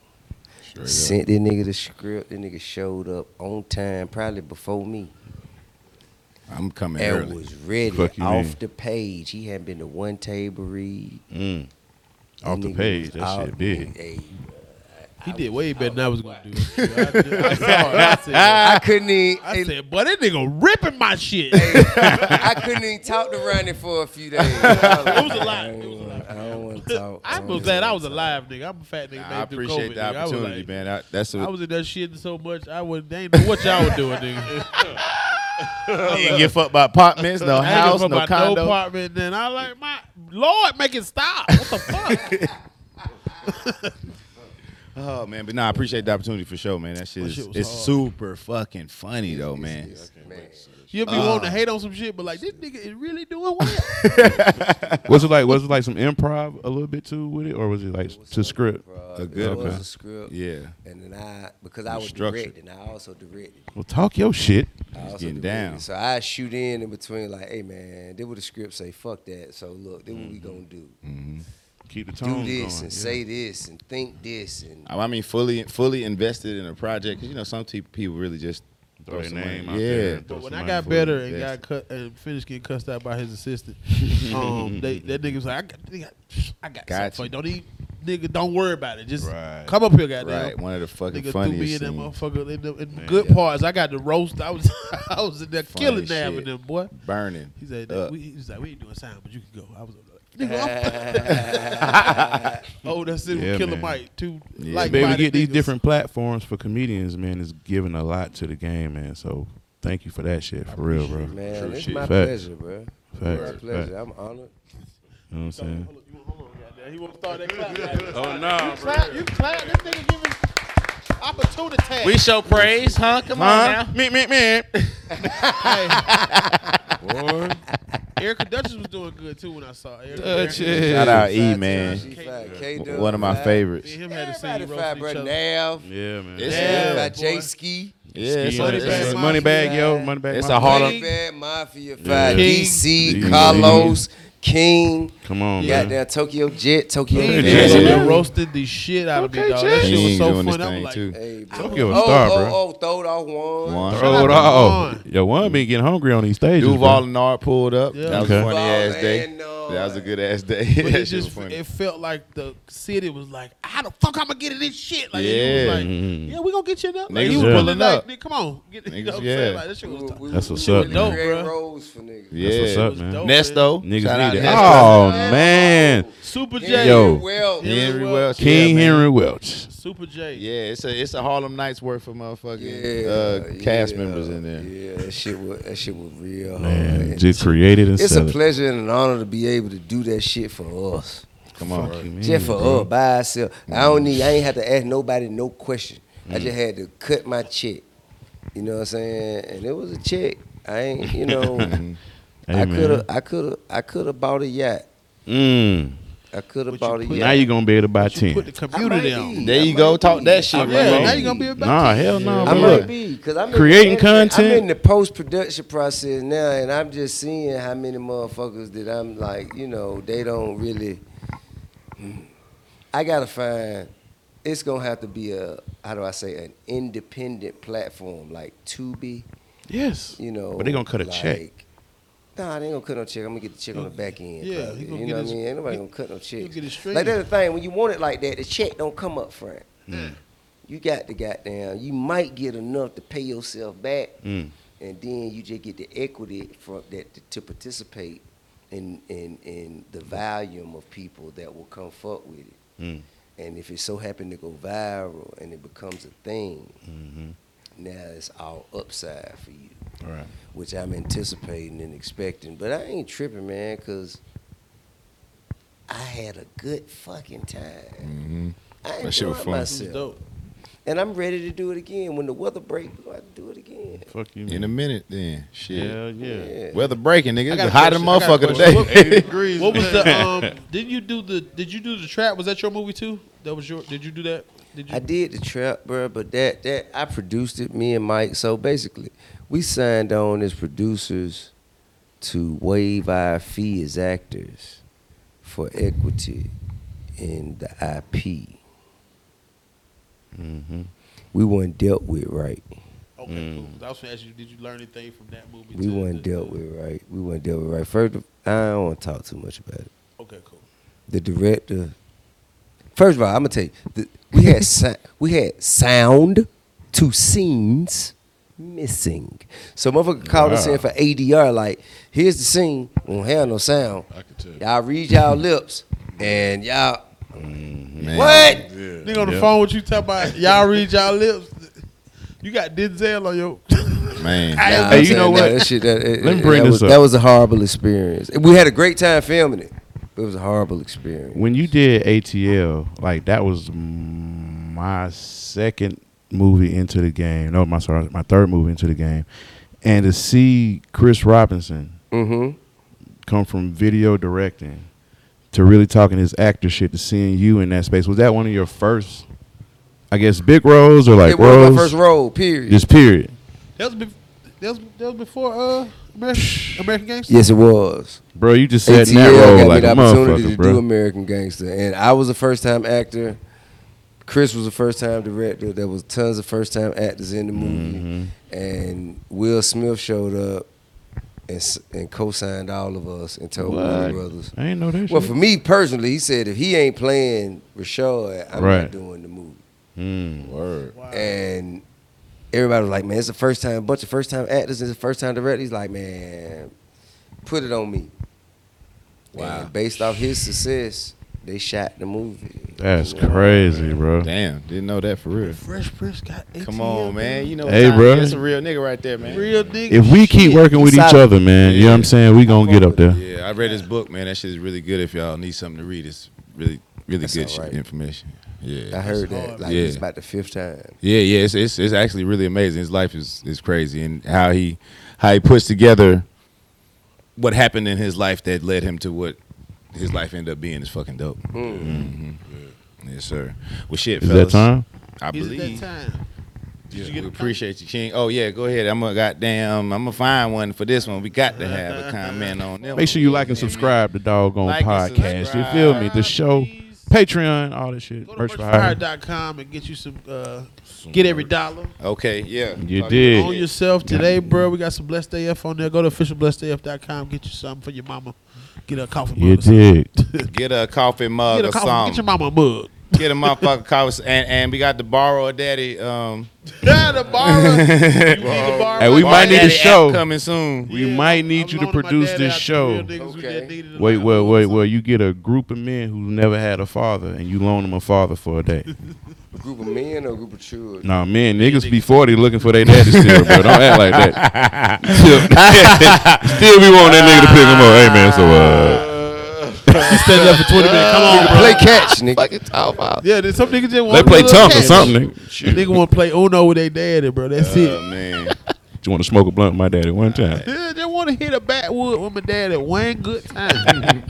Speaker 5: Sent this nigga the script. The nigga showed up on time, probably before me.
Speaker 4: I'm coming
Speaker 5: and
Speaker 4: early.
Speaker 5: was ready
Speaker 10: Fuck you
Speaker 5: off
Speaker 10: mean.
Speaker 5: the page. He had been to one table read.
Speaker 10: Mm.
Speaker 5: This
Speaker 10: Off the
Speaker 5: nigga
Speaker 10: page,
Speaker 5: was
Speaker 10: that
Speaker 5: out-
Speaker 10: shit big.
Speaker 5: Hey,
Speaker 8: He did way better than I was gonna do. I, I, saw it.
Speaker 5: I
Speaker 10: Ah!
Speaker 8: I said,
Speaker 5: couldn't even.
Speaker 8: I said, boy, that nigga ripping my shit.
Speaker 5: I couldn't even talk to Ronnie for a few days. it
Speaker 8: was a lot. It was a lot.
Speaker 5: I don't want to talk. I
Speaker 8: I'm
Speaker 5: don't
Speaker 8: glad
Speaker 5: wanna
Speaker 8: I was
Speaker 5: talk.
Speaker 8: alive, nigga. I'm a fat nigga.
Speaker 1: I
Speaker 8: made through
Speaker 1: appreciate
Speaker 8: COVID,
Speaker 1: the
Speaker 8: nigga. I was
Speaker 1: opportunity,
Speaker 8: like- oh,
Speaker 1: man. I, that's
Speaker 8: I
Speaker 1: what
Speaker 8: was in that shit so much. I was they ain't know what y'all was doing, nigga.
Speaker 1: you didn't get fucked by apartments, no
Speaker 8: I ain't
Speaker 1: house,
Speaker 8: give a
Speaker 1: no
Speaker 8: fuck about no
Speaker 1: condo.
Speaker 8: apartment. Then I like my Lord, make it stop. What the fuck?
Speaker 1: oh man, but no, I appreciate the opportunity for sure, man. That shit
Speaker 8: That
Speaker 1: is
Speaker 8: shit was
Speaker 1: it's
Speaker 8: hard.
Speaker 1: super fucking funny though, man.
Speaker 5: Man,
Speaker 8: You'll be
Speaker 10: Uh.
Speaker 8: wanting to hate on some shit, but like this nigga is really doing well.
Speaker 10: was it like was it like some improv a little bit too with it, or was it like to script?
Speaker 5: Uh, it was a script.
Speaker 10: Yeah.
Speaker 5: And then I because
Speaker 10: It
Speaker 5: I
Speaker 10: was
Speaker 5: was
Speaker 10: structured.
Speaker 5: directing, I also directed.
Speaker 10: Well, talk your shit.
Speaker 5: I
Speaker 10: He's
Speaker 5: also
Speaker 10: getting
Speaker 5: directed.
Speaker 10: down.
Speaker 5: So I shoot in in between like, hey man, this what the script say, fuck that. So look, this what we gonna do.
Speaker 10: Keep the
Speaker 5: Do
Speaker 4: tone
Speaker 5: this
Speaker 4: going,
Speaker 5: and
Speaker 4: yeah.
Speaker 5: say this and think this and
Speaker 4: I mean, fully fully invested in a project because you know some te- people really just
Speaker 10: Throw
Speaker 4: throw
Speaker 10: their
Speaker 4: some money.
Speaker 10: name out
Speaker 4: yeah.
Speaker 10: there and throw
Speaker 4: But
Speaker 10: some
Speaker 8: When I got better and got cut and finished getting cussed out by his assistant, um, they, that nigga was like, I got, I got, I got
Speaker 4: Got
Speaker 8: something
Speaker 4: you.
Speaker 8: for you. Don't even, nigga, don't worry about it. Just come up here, goddamn.
Speaker 4: Right, one of the fucking
Speaker 8: nigga
Speaker 4: funniest
Speaker 8: threw me in that
Speaker 4: scenes.
Speaker 8: motherfucker. In the, in
Speaker 4: Man,
Speaker 8: good
Speaker 4: yeah.
Speaker 8: parts, I got the roast. I was, I was in there
Speaker 4: Funny
Speaker 8: killing damn with
Speaker 4: shit. Uh.
Speaker 8: them, boy.
Speaker 4: Burning
Speaker 8: He said,
Speaker 4: up.
Speaker 8: we, he was like, we ain't doing sound, but you can go. I was like, nigga, I'm oh, that's it. with
Speaker 10: Yeah,
Speaker 8: Killer
Speaker 10: man.
Speaker 8: Mike, too.
Speaker 10: Yeah.
Speaker 8: Like,
Speaker 10: Baby, get these different platforms for comedians, man. Is giving a lot to the game, man. So thank you for that shit, for real, bro.
Speaker 5: Man, it's my
Speaker 10: Facts.
Speaker 5: pleasure, bro.
Speaker 10: Facts.
Speaker 5: My pleasure.
Speaker 10: Facts.
Speaker 5: I'm honored.
Speaker 10: You know what I'm saying?
Speaker 8: He won't start that clap.
Speaker 10: Oh, nah,
Speaker 8: you clap, you clap. This nigga giving opportunity.
Speaker 4: We show praise, huh? Come on
Speaker 8: Huh?
Speaker 4: now.
Speaker 8: Me, me, me.
Speaker 4: Boy.
Speaker 8: Erica Duchess was doing good too when I saw her. Erica
Speaker 4: Duchess.
Speaker 8: Erica-
Speaker 4: Shout out E, man.
Speaker 8: She fat.
Speaker 4: K-
Speaker 8: K-
Speaker 4: W- one of my
Speaker 5: Fat.
Speaker 4: favorites.
Speaker 5: Me
Speaker 8: and him
Speaker 5: had
Speaker 8: had to sing
Speaker 5: Everybody
Speaker 8: roast
Speaker 5: fat,
Speaker 8: each
Speaker 5: bro.
Speaker 8: other.
Speaker 5: Nav.
Speaker 10: Yeah, man.
Speaker 5: Nav,
Speaker 4: Yeah,
Speaker 5: fat
Speaker 4: boy.
Speaker 5: J Ski.
Speaker 4: Yeah, it's Money a- Bag it's a-
Speaker 10: Money Bag, yo, Money Bag
Speaker 4: It's a Mafia. Harlem-
Speaker 5: Bag Mafia.
Speaker 10: Yeah.
Speaker 5: Fat
Speaker 10: King.
Speaker 5: DC,
Speaker 10: DC.
Speaker 5: Carlos, King.
Speaker 10: Come on,
Speaker 5: got
Speaker 10: man.
Speaker 5: that Tokyo Jet, Tokyo.
Speaker 10: Yeah.
Speaker 5: Jet.
Speaker 10: Yeah. Yeah.
Speaker 8: roasted the shit out of me, dog. That shit was
Speaker 10: King
Speaker 8: so
Speaker 10: doing his
Speaker 8: fun. I'm
Speaker 10: thing,
Speaker 8: like,
Speaker 10: too.
Speaker 5: Hey, bro.
Speaker 10: Tokyo a
Speaker 5: oh,
Speaker 10: star,
Speaker 5: oh,
Speaker 10: bro.
Speaker 5: Oh, throw it off one.
Speaker 4: One.
Speaker 10: Throw it off. Yo, one been getting hungry on these stages.
Speaker 4: Duval
Speaker 10: bro.
Speaker 4: and Nard pulled up.
Speaker 10: Yeah.
Speaker 4: That was
Speaker 10: Okay.
Speaker 4: a funny ass
Speaker 5: Duval
Speaker 4: day.
Speaker 5: and
Speaker 4: That was a good ass day.
Speaker 8: but
Speaker 4: That
Speaker 8: it
Speaker 4: shit was
Speaker 8: just
Speaker 4: funny.
Speaker 8: it felt like the city was like, how the fuck I'm gonna get in this shit? Like,
Speaker 4: Yeah.
Speaker 8: it was like,
Speaker 10: Mm-hmm.
Speaker 4: Mhm.
Speaker 8: yeah, we gonna get you up.
Speaker 4: Niggas
Speaker 8: Like, he was
Speaker 4: was
Speaker 8: pulling
Speaker 4: pulling
Speaker 8: up.
Speaker 4: up.
Speaker 8: Like, nigga, come on, get, you
Speaker 4: Niggas,
Speaker 8: know what I'm saying?
Speaker 4: yeah.
Speaker 8: Like, that shit was
Speaker 5: We-
Speaker 10: That's
Speaker 5: we
Speaker 10: what's
Speaker 5: really
Speaker 10: up, man.
Speaker 5: create roles for niggas.
Speaker 4: yeah.
Speaker 10: what's up, man. Dope,
Speaker 4: Nesto.
Speaker 10: Niggas
Speaker 4: Shout out
Speaker 10: need it.
Speaker 4: Nesto.
Speaker 10: Oh, man.
Speaker 8: Super
Speaker 4: J.
Speaker 10: Yo.
Speaker 5: Welch.
Speaker 4: Henry Welch.
Speaker 10: King
Speaker 4: yeah, man.
Speaker 10: Henry Welch.
Speaker 8: Super J.
Speaker 4: Yeah, it's a it's a Harlem Nights worth of motherfucking
Speaker 5: Yeah,
Speaker 4: uh, cast
Speaker 5: yeah,
Speaker 4: members in there.
Speaker 5: Yeah, that shit was that shit was real.
Speaker 10: Man,
Speaker 5: hard.
Speaker 10: just create it and
Speaker 5: It's
Speaker 10: sell
Speaker 5: a
Speaker 10: it.
Speaker 5: pleasure and an honor to be able to do that shit for us.
Speaker 4: Come on. Fuck you, man,
Speaker 5: just
Speaker 10: Mm-hmm.
Speaker 5: for
Speaker 4: bro.
Speaker 5: us by ourselves. I don't need. I ain't have to ask nobody no question. I
Speaker 4: Mm.
Speaker 5: just had to cut my check. You know what I'm saying? And it was a check. I ain't. You know.
Speaker 10: Mhm.
Speaker 5: I
Speaker 10: Hey, man.
Speaker 5: could have. I could have. I could have bought a yacht.
Speaker 10: Mm.
Speaker 5: I could have bought a yacht.
Speaker 10: Now you're gonna be able to buy ten.
Speaker 8: put the community
Speaker 5: I might
Speaker 8: on.
Speaker 5: be.
Speaker 4: There
Speaker 5: I
Speaker 4: you
Speaker 5: might
Speaker 4: go. Talk
Speaker 5: be.
Speaker 4: that shit,
Speaker 5: I might
Speaker 4: bro.
Speaker 5: be.
Speaker 4: Now you gonna be a
Speaker 10: Nah, back ten. hell no,
Speaker 5: I
Speaker 10: bro.
Speaker 5: might
Speaker 10: Look,
Speaker 5: be because I'm in-
Speaker 10: creating
Speaker 5: I'm
Speaker 10: content.
Speaker 5: in the post production process now, and I'm just seeing how many motherfuckers that I'm like, you know, they don't really. I gotta find. It's gonna have to be a how do I say an independent platform like Tubi.
Speaker 10: Yes.
Speaker 5: You know,
Speaker 10: But they gonna cut a check.
Speaker 5: like- Nah, they ain't gonna cut no check. I'm gonna get the check on the back end.
Speaker 8: Yeah,
Speaker 5: probably.
Speaker 8: he gonna
Speaker 5: you
Speaker 8: get
Speaker 5: know what
Speaker 8: his-
Speaker 5: I mean. Ain't nobody
Speaker 8: he-
Speaker 5: gonna cut no check.
Speaker 8: get his
Speaker 5: Like that's the thing. When you want it like that, the check don't come up front.
Speaker 10: Mm.
Speaker 5: You got the goddamn. You might get enough to pay yourself back,
Speaker 10: Mm.
Speaker 5: and then you just get the equity from that to, to participate in in in the volume of people that will come fuck with it.
Speaker 10: Mm.
Speaker 5: And if it so happened to go viral and it becomes a thing,
Speaker 4: Mm-hmm.
Speaker 5: now it's all upside for you,
Speaker 10: Right.
Speaker 5: which I'm anticipating and expecting. But I ain't tripping, man, because I had a good fucking time. I
Speaker 4: Mm-hmm. That shit was
Speaker 5: enjoyed
Speaker 4: fun.
Speaker 5: myself. And I'm ready to do it again. When the weather breaks, we're going to do it again.
Speaker 10: Fuck you.
Speaker 4: In a minute, then shit.
Speaker 10: Hell yeah.
Speaker 5: Yeah.
Speaker 4: Weather breaking, nigga.
Speaker 8: I
Speaker 4: It's
Speaker 8: got a
Speaker 4: hot as a
Speaker 8: question. I got a
Speaker 4: motherfucker
Speaker 8: question. What-
Speaker 4: today.
Speaker 8: What was the um? Did you do the? Did you do the trap? Was that your movie too? That was your. Did you do that? Did you?
Speaker 5: I did the trap, bro, but that that I produced it, me and Mike. So basically, we signed on as producers to waive our fee as actors for equity in the IP.
Speaker 10: Mm-hmm.
Speaker 5: We weren't dealt with right.
Speaker 8: Okay, cool. 'Cause I was gonna ask you, did you learn anything from that movie?
Speaker 5: We
Speaker 8: to-
Speaker 5: weren't dealt with right. We weren't dealt with right. First, of- I don't want to talk too much about it.
Speaker 8: Okay, cool.
Speaker 5: The director. First of all, I'm gonna tell you, the, we had si- we had sound to scenes missing. So motherfucker called us in
Speaker 10: Wow.
Speaker 5: for ADR. Like, here's the scene. We don't have no sound.
Speaker 2: I can tell.
Speaker 5: Y'all read y'all lips and y'all.
Speaker 10: Mm-hmm.
Speaker 4: Man.
Speaker 5: What?
Speaker 8: Nigga on the
Speaker 10: Yeah.
Speaker 8: phone, what you talking about? Y'all read y'all lips. You got Denzel on your.
Speaker 4: Man.
Speaker 5: Nah,
Speaker 10: Hey,
Speaker 5: I'm
Speaker 10: you
Speaker 5: saying,
Speaker 10: know
Speaker 5: nah,
Speaker 10: what?
Speaker 5: that shit- that- it-
Speaker 10: Let me
Speaker 5: it-
Speaker 10: bring
Speaker 5: that
Speaker 10: this
Speaker 5: was,
Speaker 10: up.
Speaker 5: That was a horrible experience. We had a great time filming it, but it was a horrible experience.
Speaker 10: When you did ATL, like that was m- my second movie into the game. No, my sorry, my third movie into the game,
Speaker 2: and to see Chris Robinson
Speaker 5: Mm-hmm.
Speaker 2: come from video directing to really talking his actor shit to seeing you in that space was that one of your first, I guess, big roles or like
Speaker 5: It was my
Speaker 2: roles?
Speaker 5: first role, period.
Speaker 2: Just period.
Speaker 8: That was, bef- that was, that was before uh, American, American Gangster?
Speaker 5: Yes, it was.
Speaker 2: Bro, you just sat in that
Speaker 5: ATL
Speaker 2: role
Speaker 5: got me
Speaker 2: like
Speaker 5: the
Speaker 2: a
Speaker 5: opportunity
Speaker 2: motherfucker,
Speaker 5: to
Speaker 2: bro.
Speaker 5: do American Gangster, and I was a first time actor. Chris was a first time director. There was tons of first time actors in the movie,
Speaker 2: Mm-hmm.
Speaker 5: and Will Smith showed up. And, s- and co-signed all of us and told Warner
Speaker 2: What?
Speaker 5: Brothers.
Speaker 2: I ain't know that
Speaker 5: Well,
Speaker 2: shit.
Speaker 5: for me personally, he said if he ain't playing Rashad, I'm
Speaker 2: Right.
Speaker 5: not doing the movie.
Speaker 2: Mm. Word.
Speaker 5: And everybody was like, man, it's the first time, bunch of first time actors, it's the first time director. He's like, man, put it on me. Wow. And based off his success, they shot the movie.
Speaker 2: That's crazy, bro.
Speaker 10: Damn, didn't know that for real.
Speaker 8: Fresh Prince got
Speaker 10: Come on, man. You know,
Speaker 2: Hey,
Speaker 10: Tommy,
Speaker 2: bro.
Speaker 10: That's a real nigga right there, man.
Speaker 8: Real nigga.
Speaker 2: If we keep working with each other, man, you know what I'm saying? We gonna get up there.
Speaker 4: Yeah, I read his book, man. That shit is really good. If y'all need something to read, it's really, really good shit, information. Yeah,
Speaker 5: I heard
Speaker 4: It's
Speaker 5: that.
Speaker 4: hard,
Speaker 5: Like,
Speaker 4: man.
Speaker 5: it's
Speaker 4: Yeah.
Speaker 5: about the fifth time.
Speaker 4: Yeah, yeah, it's, it's it's actually really amazing. His life is is crazy, and how he how he puts together what happened in his life that led him to what his life ended up being is fucking dope. hmm Yes, sir. Well, shit,
Speaker 2: Is that
Speaker 4: fellas,
Speaker 2: time?
Speaker 4: I
Speaker 8: Is it
Speaker 4: believe.
Speaker 8: that time?
Speaker 4: Yeah, we appreciate you, King. Oh yeah, go ahead. I'm gonna goddamn. I'm gonna find one for this one. We got to have a comment on them.
Speaker 2: Make sure you like and subscribe to Doggone
Speaker 4: Like and
Speaker 2: Podcast. You feel me? The show, Patreon, all that shit.
Speaker 8: Go to
Speaker 2: Merch for hire.
Speaker 8: merchfire.com and get you some, uh, get every dollar.
Speaker 4: Okay, yeah.
Speaker 2: You did.
Speaker 8: On yourself today, bro. We got some Blessed AF on there. Go to officialblessedaf.com. Get you something for your mama. Get her a coffee mug.
Speaker 2: You
Speaker 8: or something.
Speaker 2: did.
Speaker 4: Get a coffee mug
Speaker 8: Get a
Speaker 4: or
Speaker 8: coffee.
Speaker 4: something.
Speaker 8: Get your mama a mug.
Speaker 4: Get a motherfucking coffee, and, and we got the borrow a daddy. Um,
Speaker 8: Yeah, the borrow. you need to borrow.
Speaker 2: Hey, we
Speaker 4: Borrow
Speaker 2: might need
Speaker 4: Daddy
Speaker 2: a
Speaker 4: app
Speaker 2: show.
Speaker 4: coming soon.
Speaker 2: We might need you to produce this show. Wait, wait, wait, wait. You get a group of men who never had a father and you loan them a father for a day.
Speaker 5: A group of men or a group of children?
Speaker 2: Nah, man, niggas be 40 looking for their daddy still, bro. Don't act like that. Still, still be wanting that nigga to pick him up. Hey, man, so, uh,
Speaker 8: Stand up for 20 minutes. Come on, bro.
Speaker 5: Play catch, nigga.
Speaker 8: Yeah, there's some niggas just want
Speaker 2: let
Speaker 8: to
Speaker 2: play
Speaker 8: a little
Speaker 2: Tomp or
Speaker 8: catch.
Speaker 2: something, nigga.
Speaker 8: Nigga want to play Uno with their daddy, bro. That's it.
Speaker 4: man.
Speaker 2: You want to smoke a blunt with my daddy one time?
Speaker 8: Yeah, they want to hit a backwood with my daddy. One good time.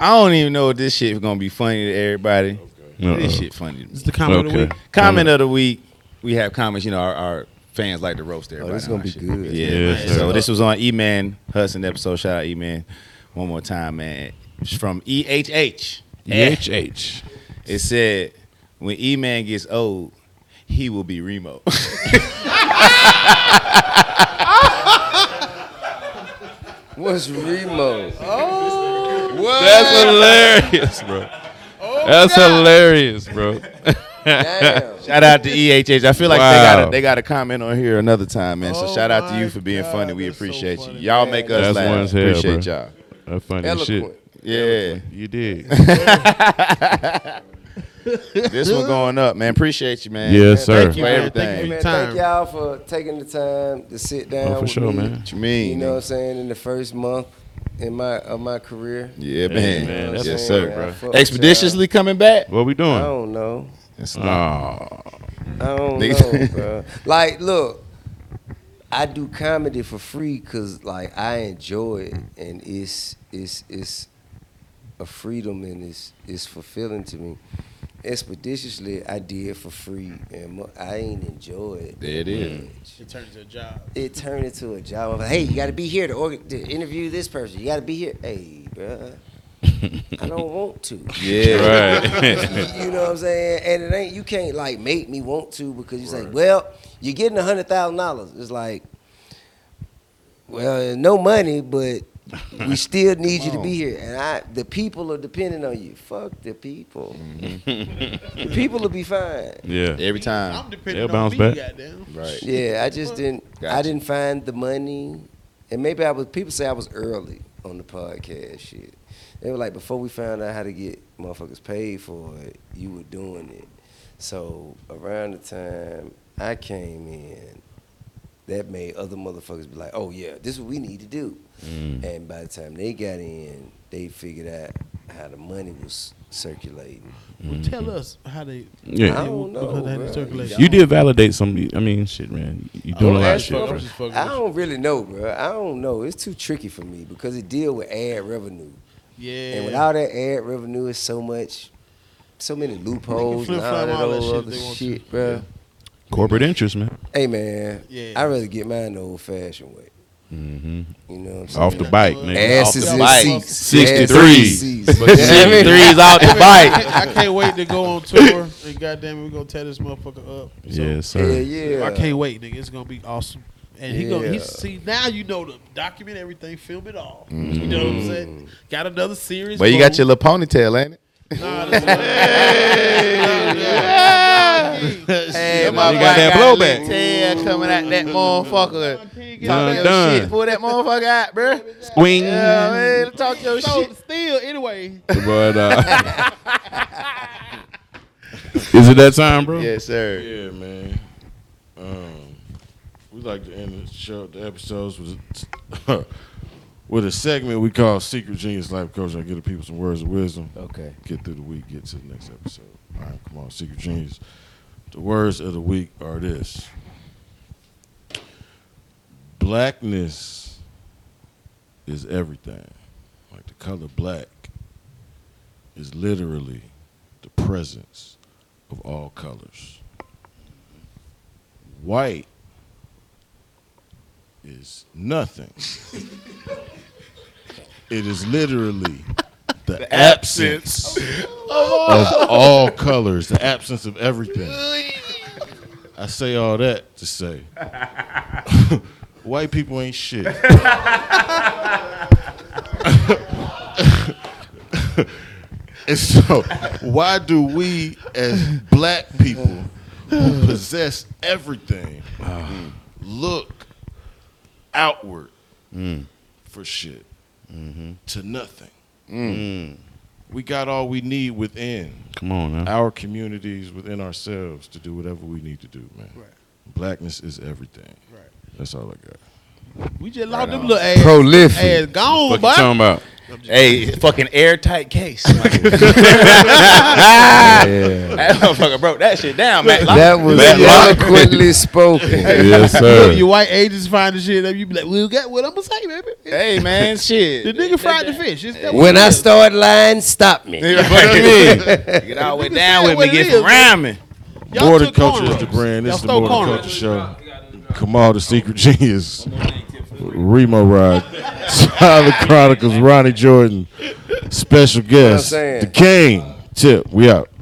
Speaker 4: I don't even know if this shit is gonna be funny to everybody.
Speaker 2: Uh-uh.
Speaker 4: This shit funny. To me.
Speaker 8: it's the comment of the
Speaker 2: Okay.
Speaker 8: week.
Speaker 4: Comment of the week. We have comments. You know, our, our fans like to roast everybody.
Speaker 5: Oh, this is
Speaker 4: on
Speaker 5: gonna
Speaker 4: our
Speaker 5: be
Speaker 4: shit.
Speaker 5: good.
Speaker 4: Yeah.
Speaker 2: Yeah,
Speaker 4: man.
Speaker 2: sir.
Speaker 4: so this was on E Man Hudson episode. Shout out E Man one more time, man. It's from EHH.
Speaker 5: E
Speaker 2: EHH.
Speaker 4: It said, when E Man gets old, he will be Remo.
Speaker 5: What's Remo?
Speaker 2: That's hilarious, bro. That's hilarious, bro.
Speaker 5: Damn.
Speaker 4: shout out to EHH. I feel like they
Speaker 2: Wow.
Speaker 4: got a, they got a comment on here another time, man. So
Speaker 8: Oh
Speaker 4: shout out to you
Speaker 8: my
Speaker 4: for being
Speaker 8: God,
Speaker 4: funny. We
Speaker 8: that's so
Speaker 4: appreciate you.
Speaker 8: funny,
Speaker 4: Y'all make us
Speaker 2: That's
Speaker 4: laugh.
Speaker 2: one's hell,
Speaker 4: appreciate
Speaker 2: bro.
Speaker 4: y'all.
Speaker 2: That's funny as
Speaker 5: Eloquent.
Speaker 2: shit.
Speaker 4: Yeah.
Speaker 2: You did.
Speaker 4: this one going up, man. Appreciate you, man.
Speaker 2: yes, sir.
Speaker 4: Thank you for
Speaker 8: man.
Speaker 4: everything.
Speaker 8: Thank you,
Speaker 5: Man,
Speaker 8: Time.
Speaker 5: thank y'all for taking the time to sit down.
Speaker 2: Oh, for
Speaker 5: with
Speaker 2: sure,
Speaker 5: me.
Speaker 2: man.
Speaker 4: What you mean?
Speaker 5: You know what I'm saying? In the first month in my of my career.
Speaker 4: Yeah, man.
Speaker 2: Hey, man, that's
Speaker 4: yes,
Speaker 2: what's
Speaker 4: sir.
Speaker 5: up, bro. I fuck with
Speaker 4: Expeditiously coming back.
Speaker 2: What we
Speaker 5: I
Speaker 2: doing?
Speaker 5: don't know.
Speaker 4: That's
Speaker 2: Oh,
Speaker 5: I don't know,
Speaker 4: Niggas-
Speaker 5: bro. Like, look, I do comedy for free because, like, I enjoy it, and it's it's it's a freedom, and it's it's fulfilling to me. Expeditiously, I did for free, and mo- I ain't enjoy it.
Speaker 4: There it is.
Speaker 5: much.
Speaker 8: It turns a job.
Speaker 5: It turned into a job. I'm like, hey, you got to be here to, org- to interview this person. You got to be here. Hey, bro, I don't want to.
Speaker 4: Yeah.
Speaker 2: right.
Speaker 5: you know what I'm saying? And it ain't you can't like make me want to because you say, well, you're getting a hundred thousand dollars. It's like, well, no money, but we still need you to be here. And I, the people are depending on you. Fuck the people. the people will be fine.
Speaker 2: yeah.
Speaker 4: Every time.
Speaker 8: I'm depending
Speaker 2: They'll
Speaker 8: on
Speaker 2: bounce
Speaker 8: me,
Speaker 2: back.
Speaker 8: goddamn.
Speaker 4: Right.
Speaker 5: Yeah, I just didn't. I
Speaker 4: Gotcha.
Speaker 5: didn't find the money, and maybe I was. People say I was early on the podcast shit. They were like, before we found out how to get motherfuckers paid for it, you were doing it. So around the time I came in, that made other motherfuckers be like, oh yeah, this is what we need to
Speaker 4: Mm.
Speaker 5: do. And by the time they got in, they figured out how the money was circulating.
Speaker 10: Mm-hmm.
Speaker 8: Well, tell us how they.
Speaker 10: Yeah.
Speaker 8: how they
Speaker 10: I
Speaker 5: don't
Speaker 8: because
Speaker 5: know,
Speaker 8: how they
Speaker 5: bruh.
Speaker 8: circulate.
Speaker 10: You did validate some. I mean, shit, man. You
Speaker 11: Oh,
Speaker 10: doing a lot of shit. bro.
Speaker 5: I don't really know, bro. I don't know. It's too tricky for me because it deal with ad revenue.
Speaker 8: Yeah.
Speaker 5: And without that ad revenue, it's so much, so many loopholes and all
Speaker 8: flip-flop
Speaker 5: that
Speaker 8: all that
Speaker 5: old
Speaker 8: shit
Speaker 5: other
Speaker 8: they want
Speaker 5: shit, bro.
Speaker 10: Corporate interest, man.
Speaker 5: Hey man,
Speaker 8: Yeah.
Speaker 5: I rather get mine the old fashioned way.
Speaker 10: Mm-hmm.
Speaker 5: You know, what I'm saying?
Speaker 10: Off the bike, man.
Speaker 5: Asses
Speaker 10: Off the
Speaker 5: in
Speaker 10: bike.
Speaker 5: seats. Asses in
Speaker 10: 63.
Speaker 5: seats.
Speaker 10: But
Speaker 5: You know what I mean?
Speaker 10: 63 is out the
Speaker 8: Hey, man,
Speaker 10: bike.
Speaker 8: I, I can't wait to go on tour. And goddamn, it, we gonna tear this motherfucker up.
Speaker 10: Yeah, sir.
Speaker 5: Yeah, yeah.
Speaker 8: I can't wait, nigga. It's gonna be awesome. And he gonna
Speaker 5: Yeah.
Speaker 8: he see now you know to document everything, film it all. You know what I'm saying?
Speaker 10: Mm.
Speaker 8: Got another series.
Speaker 12: Well, you got your
Speaker 8: boom.
Speaker 12: little ponytail, ain't it?
Speaker 8: Nah, this- Nah, nah, nah.
Speaker 11: Hey,
Speaker 12: my
Speaker 11: my
Speaker 12: got that blowback.
Speaker 11: Tail coming out that motherfucker.
Speaker 10: Done,
Speaker 11: Talk your
Speaker 10: done.
Speaker 11: shit. Pull that motherfucker out, bro.
Speaker 10: Swing.
Speaker 11: Yeah, man. Talk your
Speaker 8: So
Speaker 11: shit.
Speaker 8: still, anyway,
Speaker 10: But uh, is it that time, bro?
Speaker 11: Yes, sir.
Speaker 2: Yeah, man. Um, we like to end the show, the episodes with with a segment we call "Secret Genius Life Coach." I give the people some words of wisdom.
Speaker 5: Okay.
Speaker 2: Get through the week. Get to the next episode. All right, come on, Secret Genius. The words of the week are this: Blackness is everything. Like the color black is literally the presence of all colors white is nothing. it is literally the, absence of all colors, the absence of everything. I say all that to say white people ain't shit. and so, why do we as black people who possess everything look outward for shit to nothing? We got all we need within
Speaker 10: Come on, now.
Speaker 2: our communities, within ourselves, to do whatever we need to do, man. Blackness is everything. Right. That's all I got.
Speaker 8: we just locked them little ass,
Speaker 12: Prolific.
Speaker 8: ass gone,
Speaker 10: What you
Speaker 8: but
Speaker 10: talking about?
Speaker 4: Hey, fucking airtight case. Like,
Speaker 5: Yeah.
Speaker 4: that motherfucker broke that shit down, man.
Speaker 5: That was eloquently spoken.
Speaker 10: yes,
Speaker 8: your
Speaker 10: sir.
Speaker 8: white agents find the shit up. You be like, "Well, got what I'm gonna say, baby."
Speaker 4: hey, man, shit.
Speaker 8: The nigga fried the fish. It's that what
Speaker 5: When
Speaker 8: it
Speaker 5: I
Speaker 8: is.
Speaker 5: start lying, stop me.
Speaker 4: Fuck it. Get all the way down with me.
Speaker 8: what it
Speaker 4: Get
Speaker 8: is,
Speaker 4: some
Speaker 8: man.
Speaker 4: rhyming.
Speaker 8: Y'all
Speaker 2: Border
Speaker 8: took
Speaker 2: Culture is
Speaker 8: cornrows.
Speaker 2: the brand. This
Speaker 8: Y'all
Speaker 2: is the
Speaker 8: stole
Speaker 2: Border
Speaker 8: cornrows.
Speaker 2: Culture Show. Kamal the Secret Genius. Remo Ride. Silent Chronicles. Ronnie Jordan. Special
Speaker 5: I'm
Speaker 2: guest.
Speaker 5: saying?
Speaker 2: The King. Tip. We out.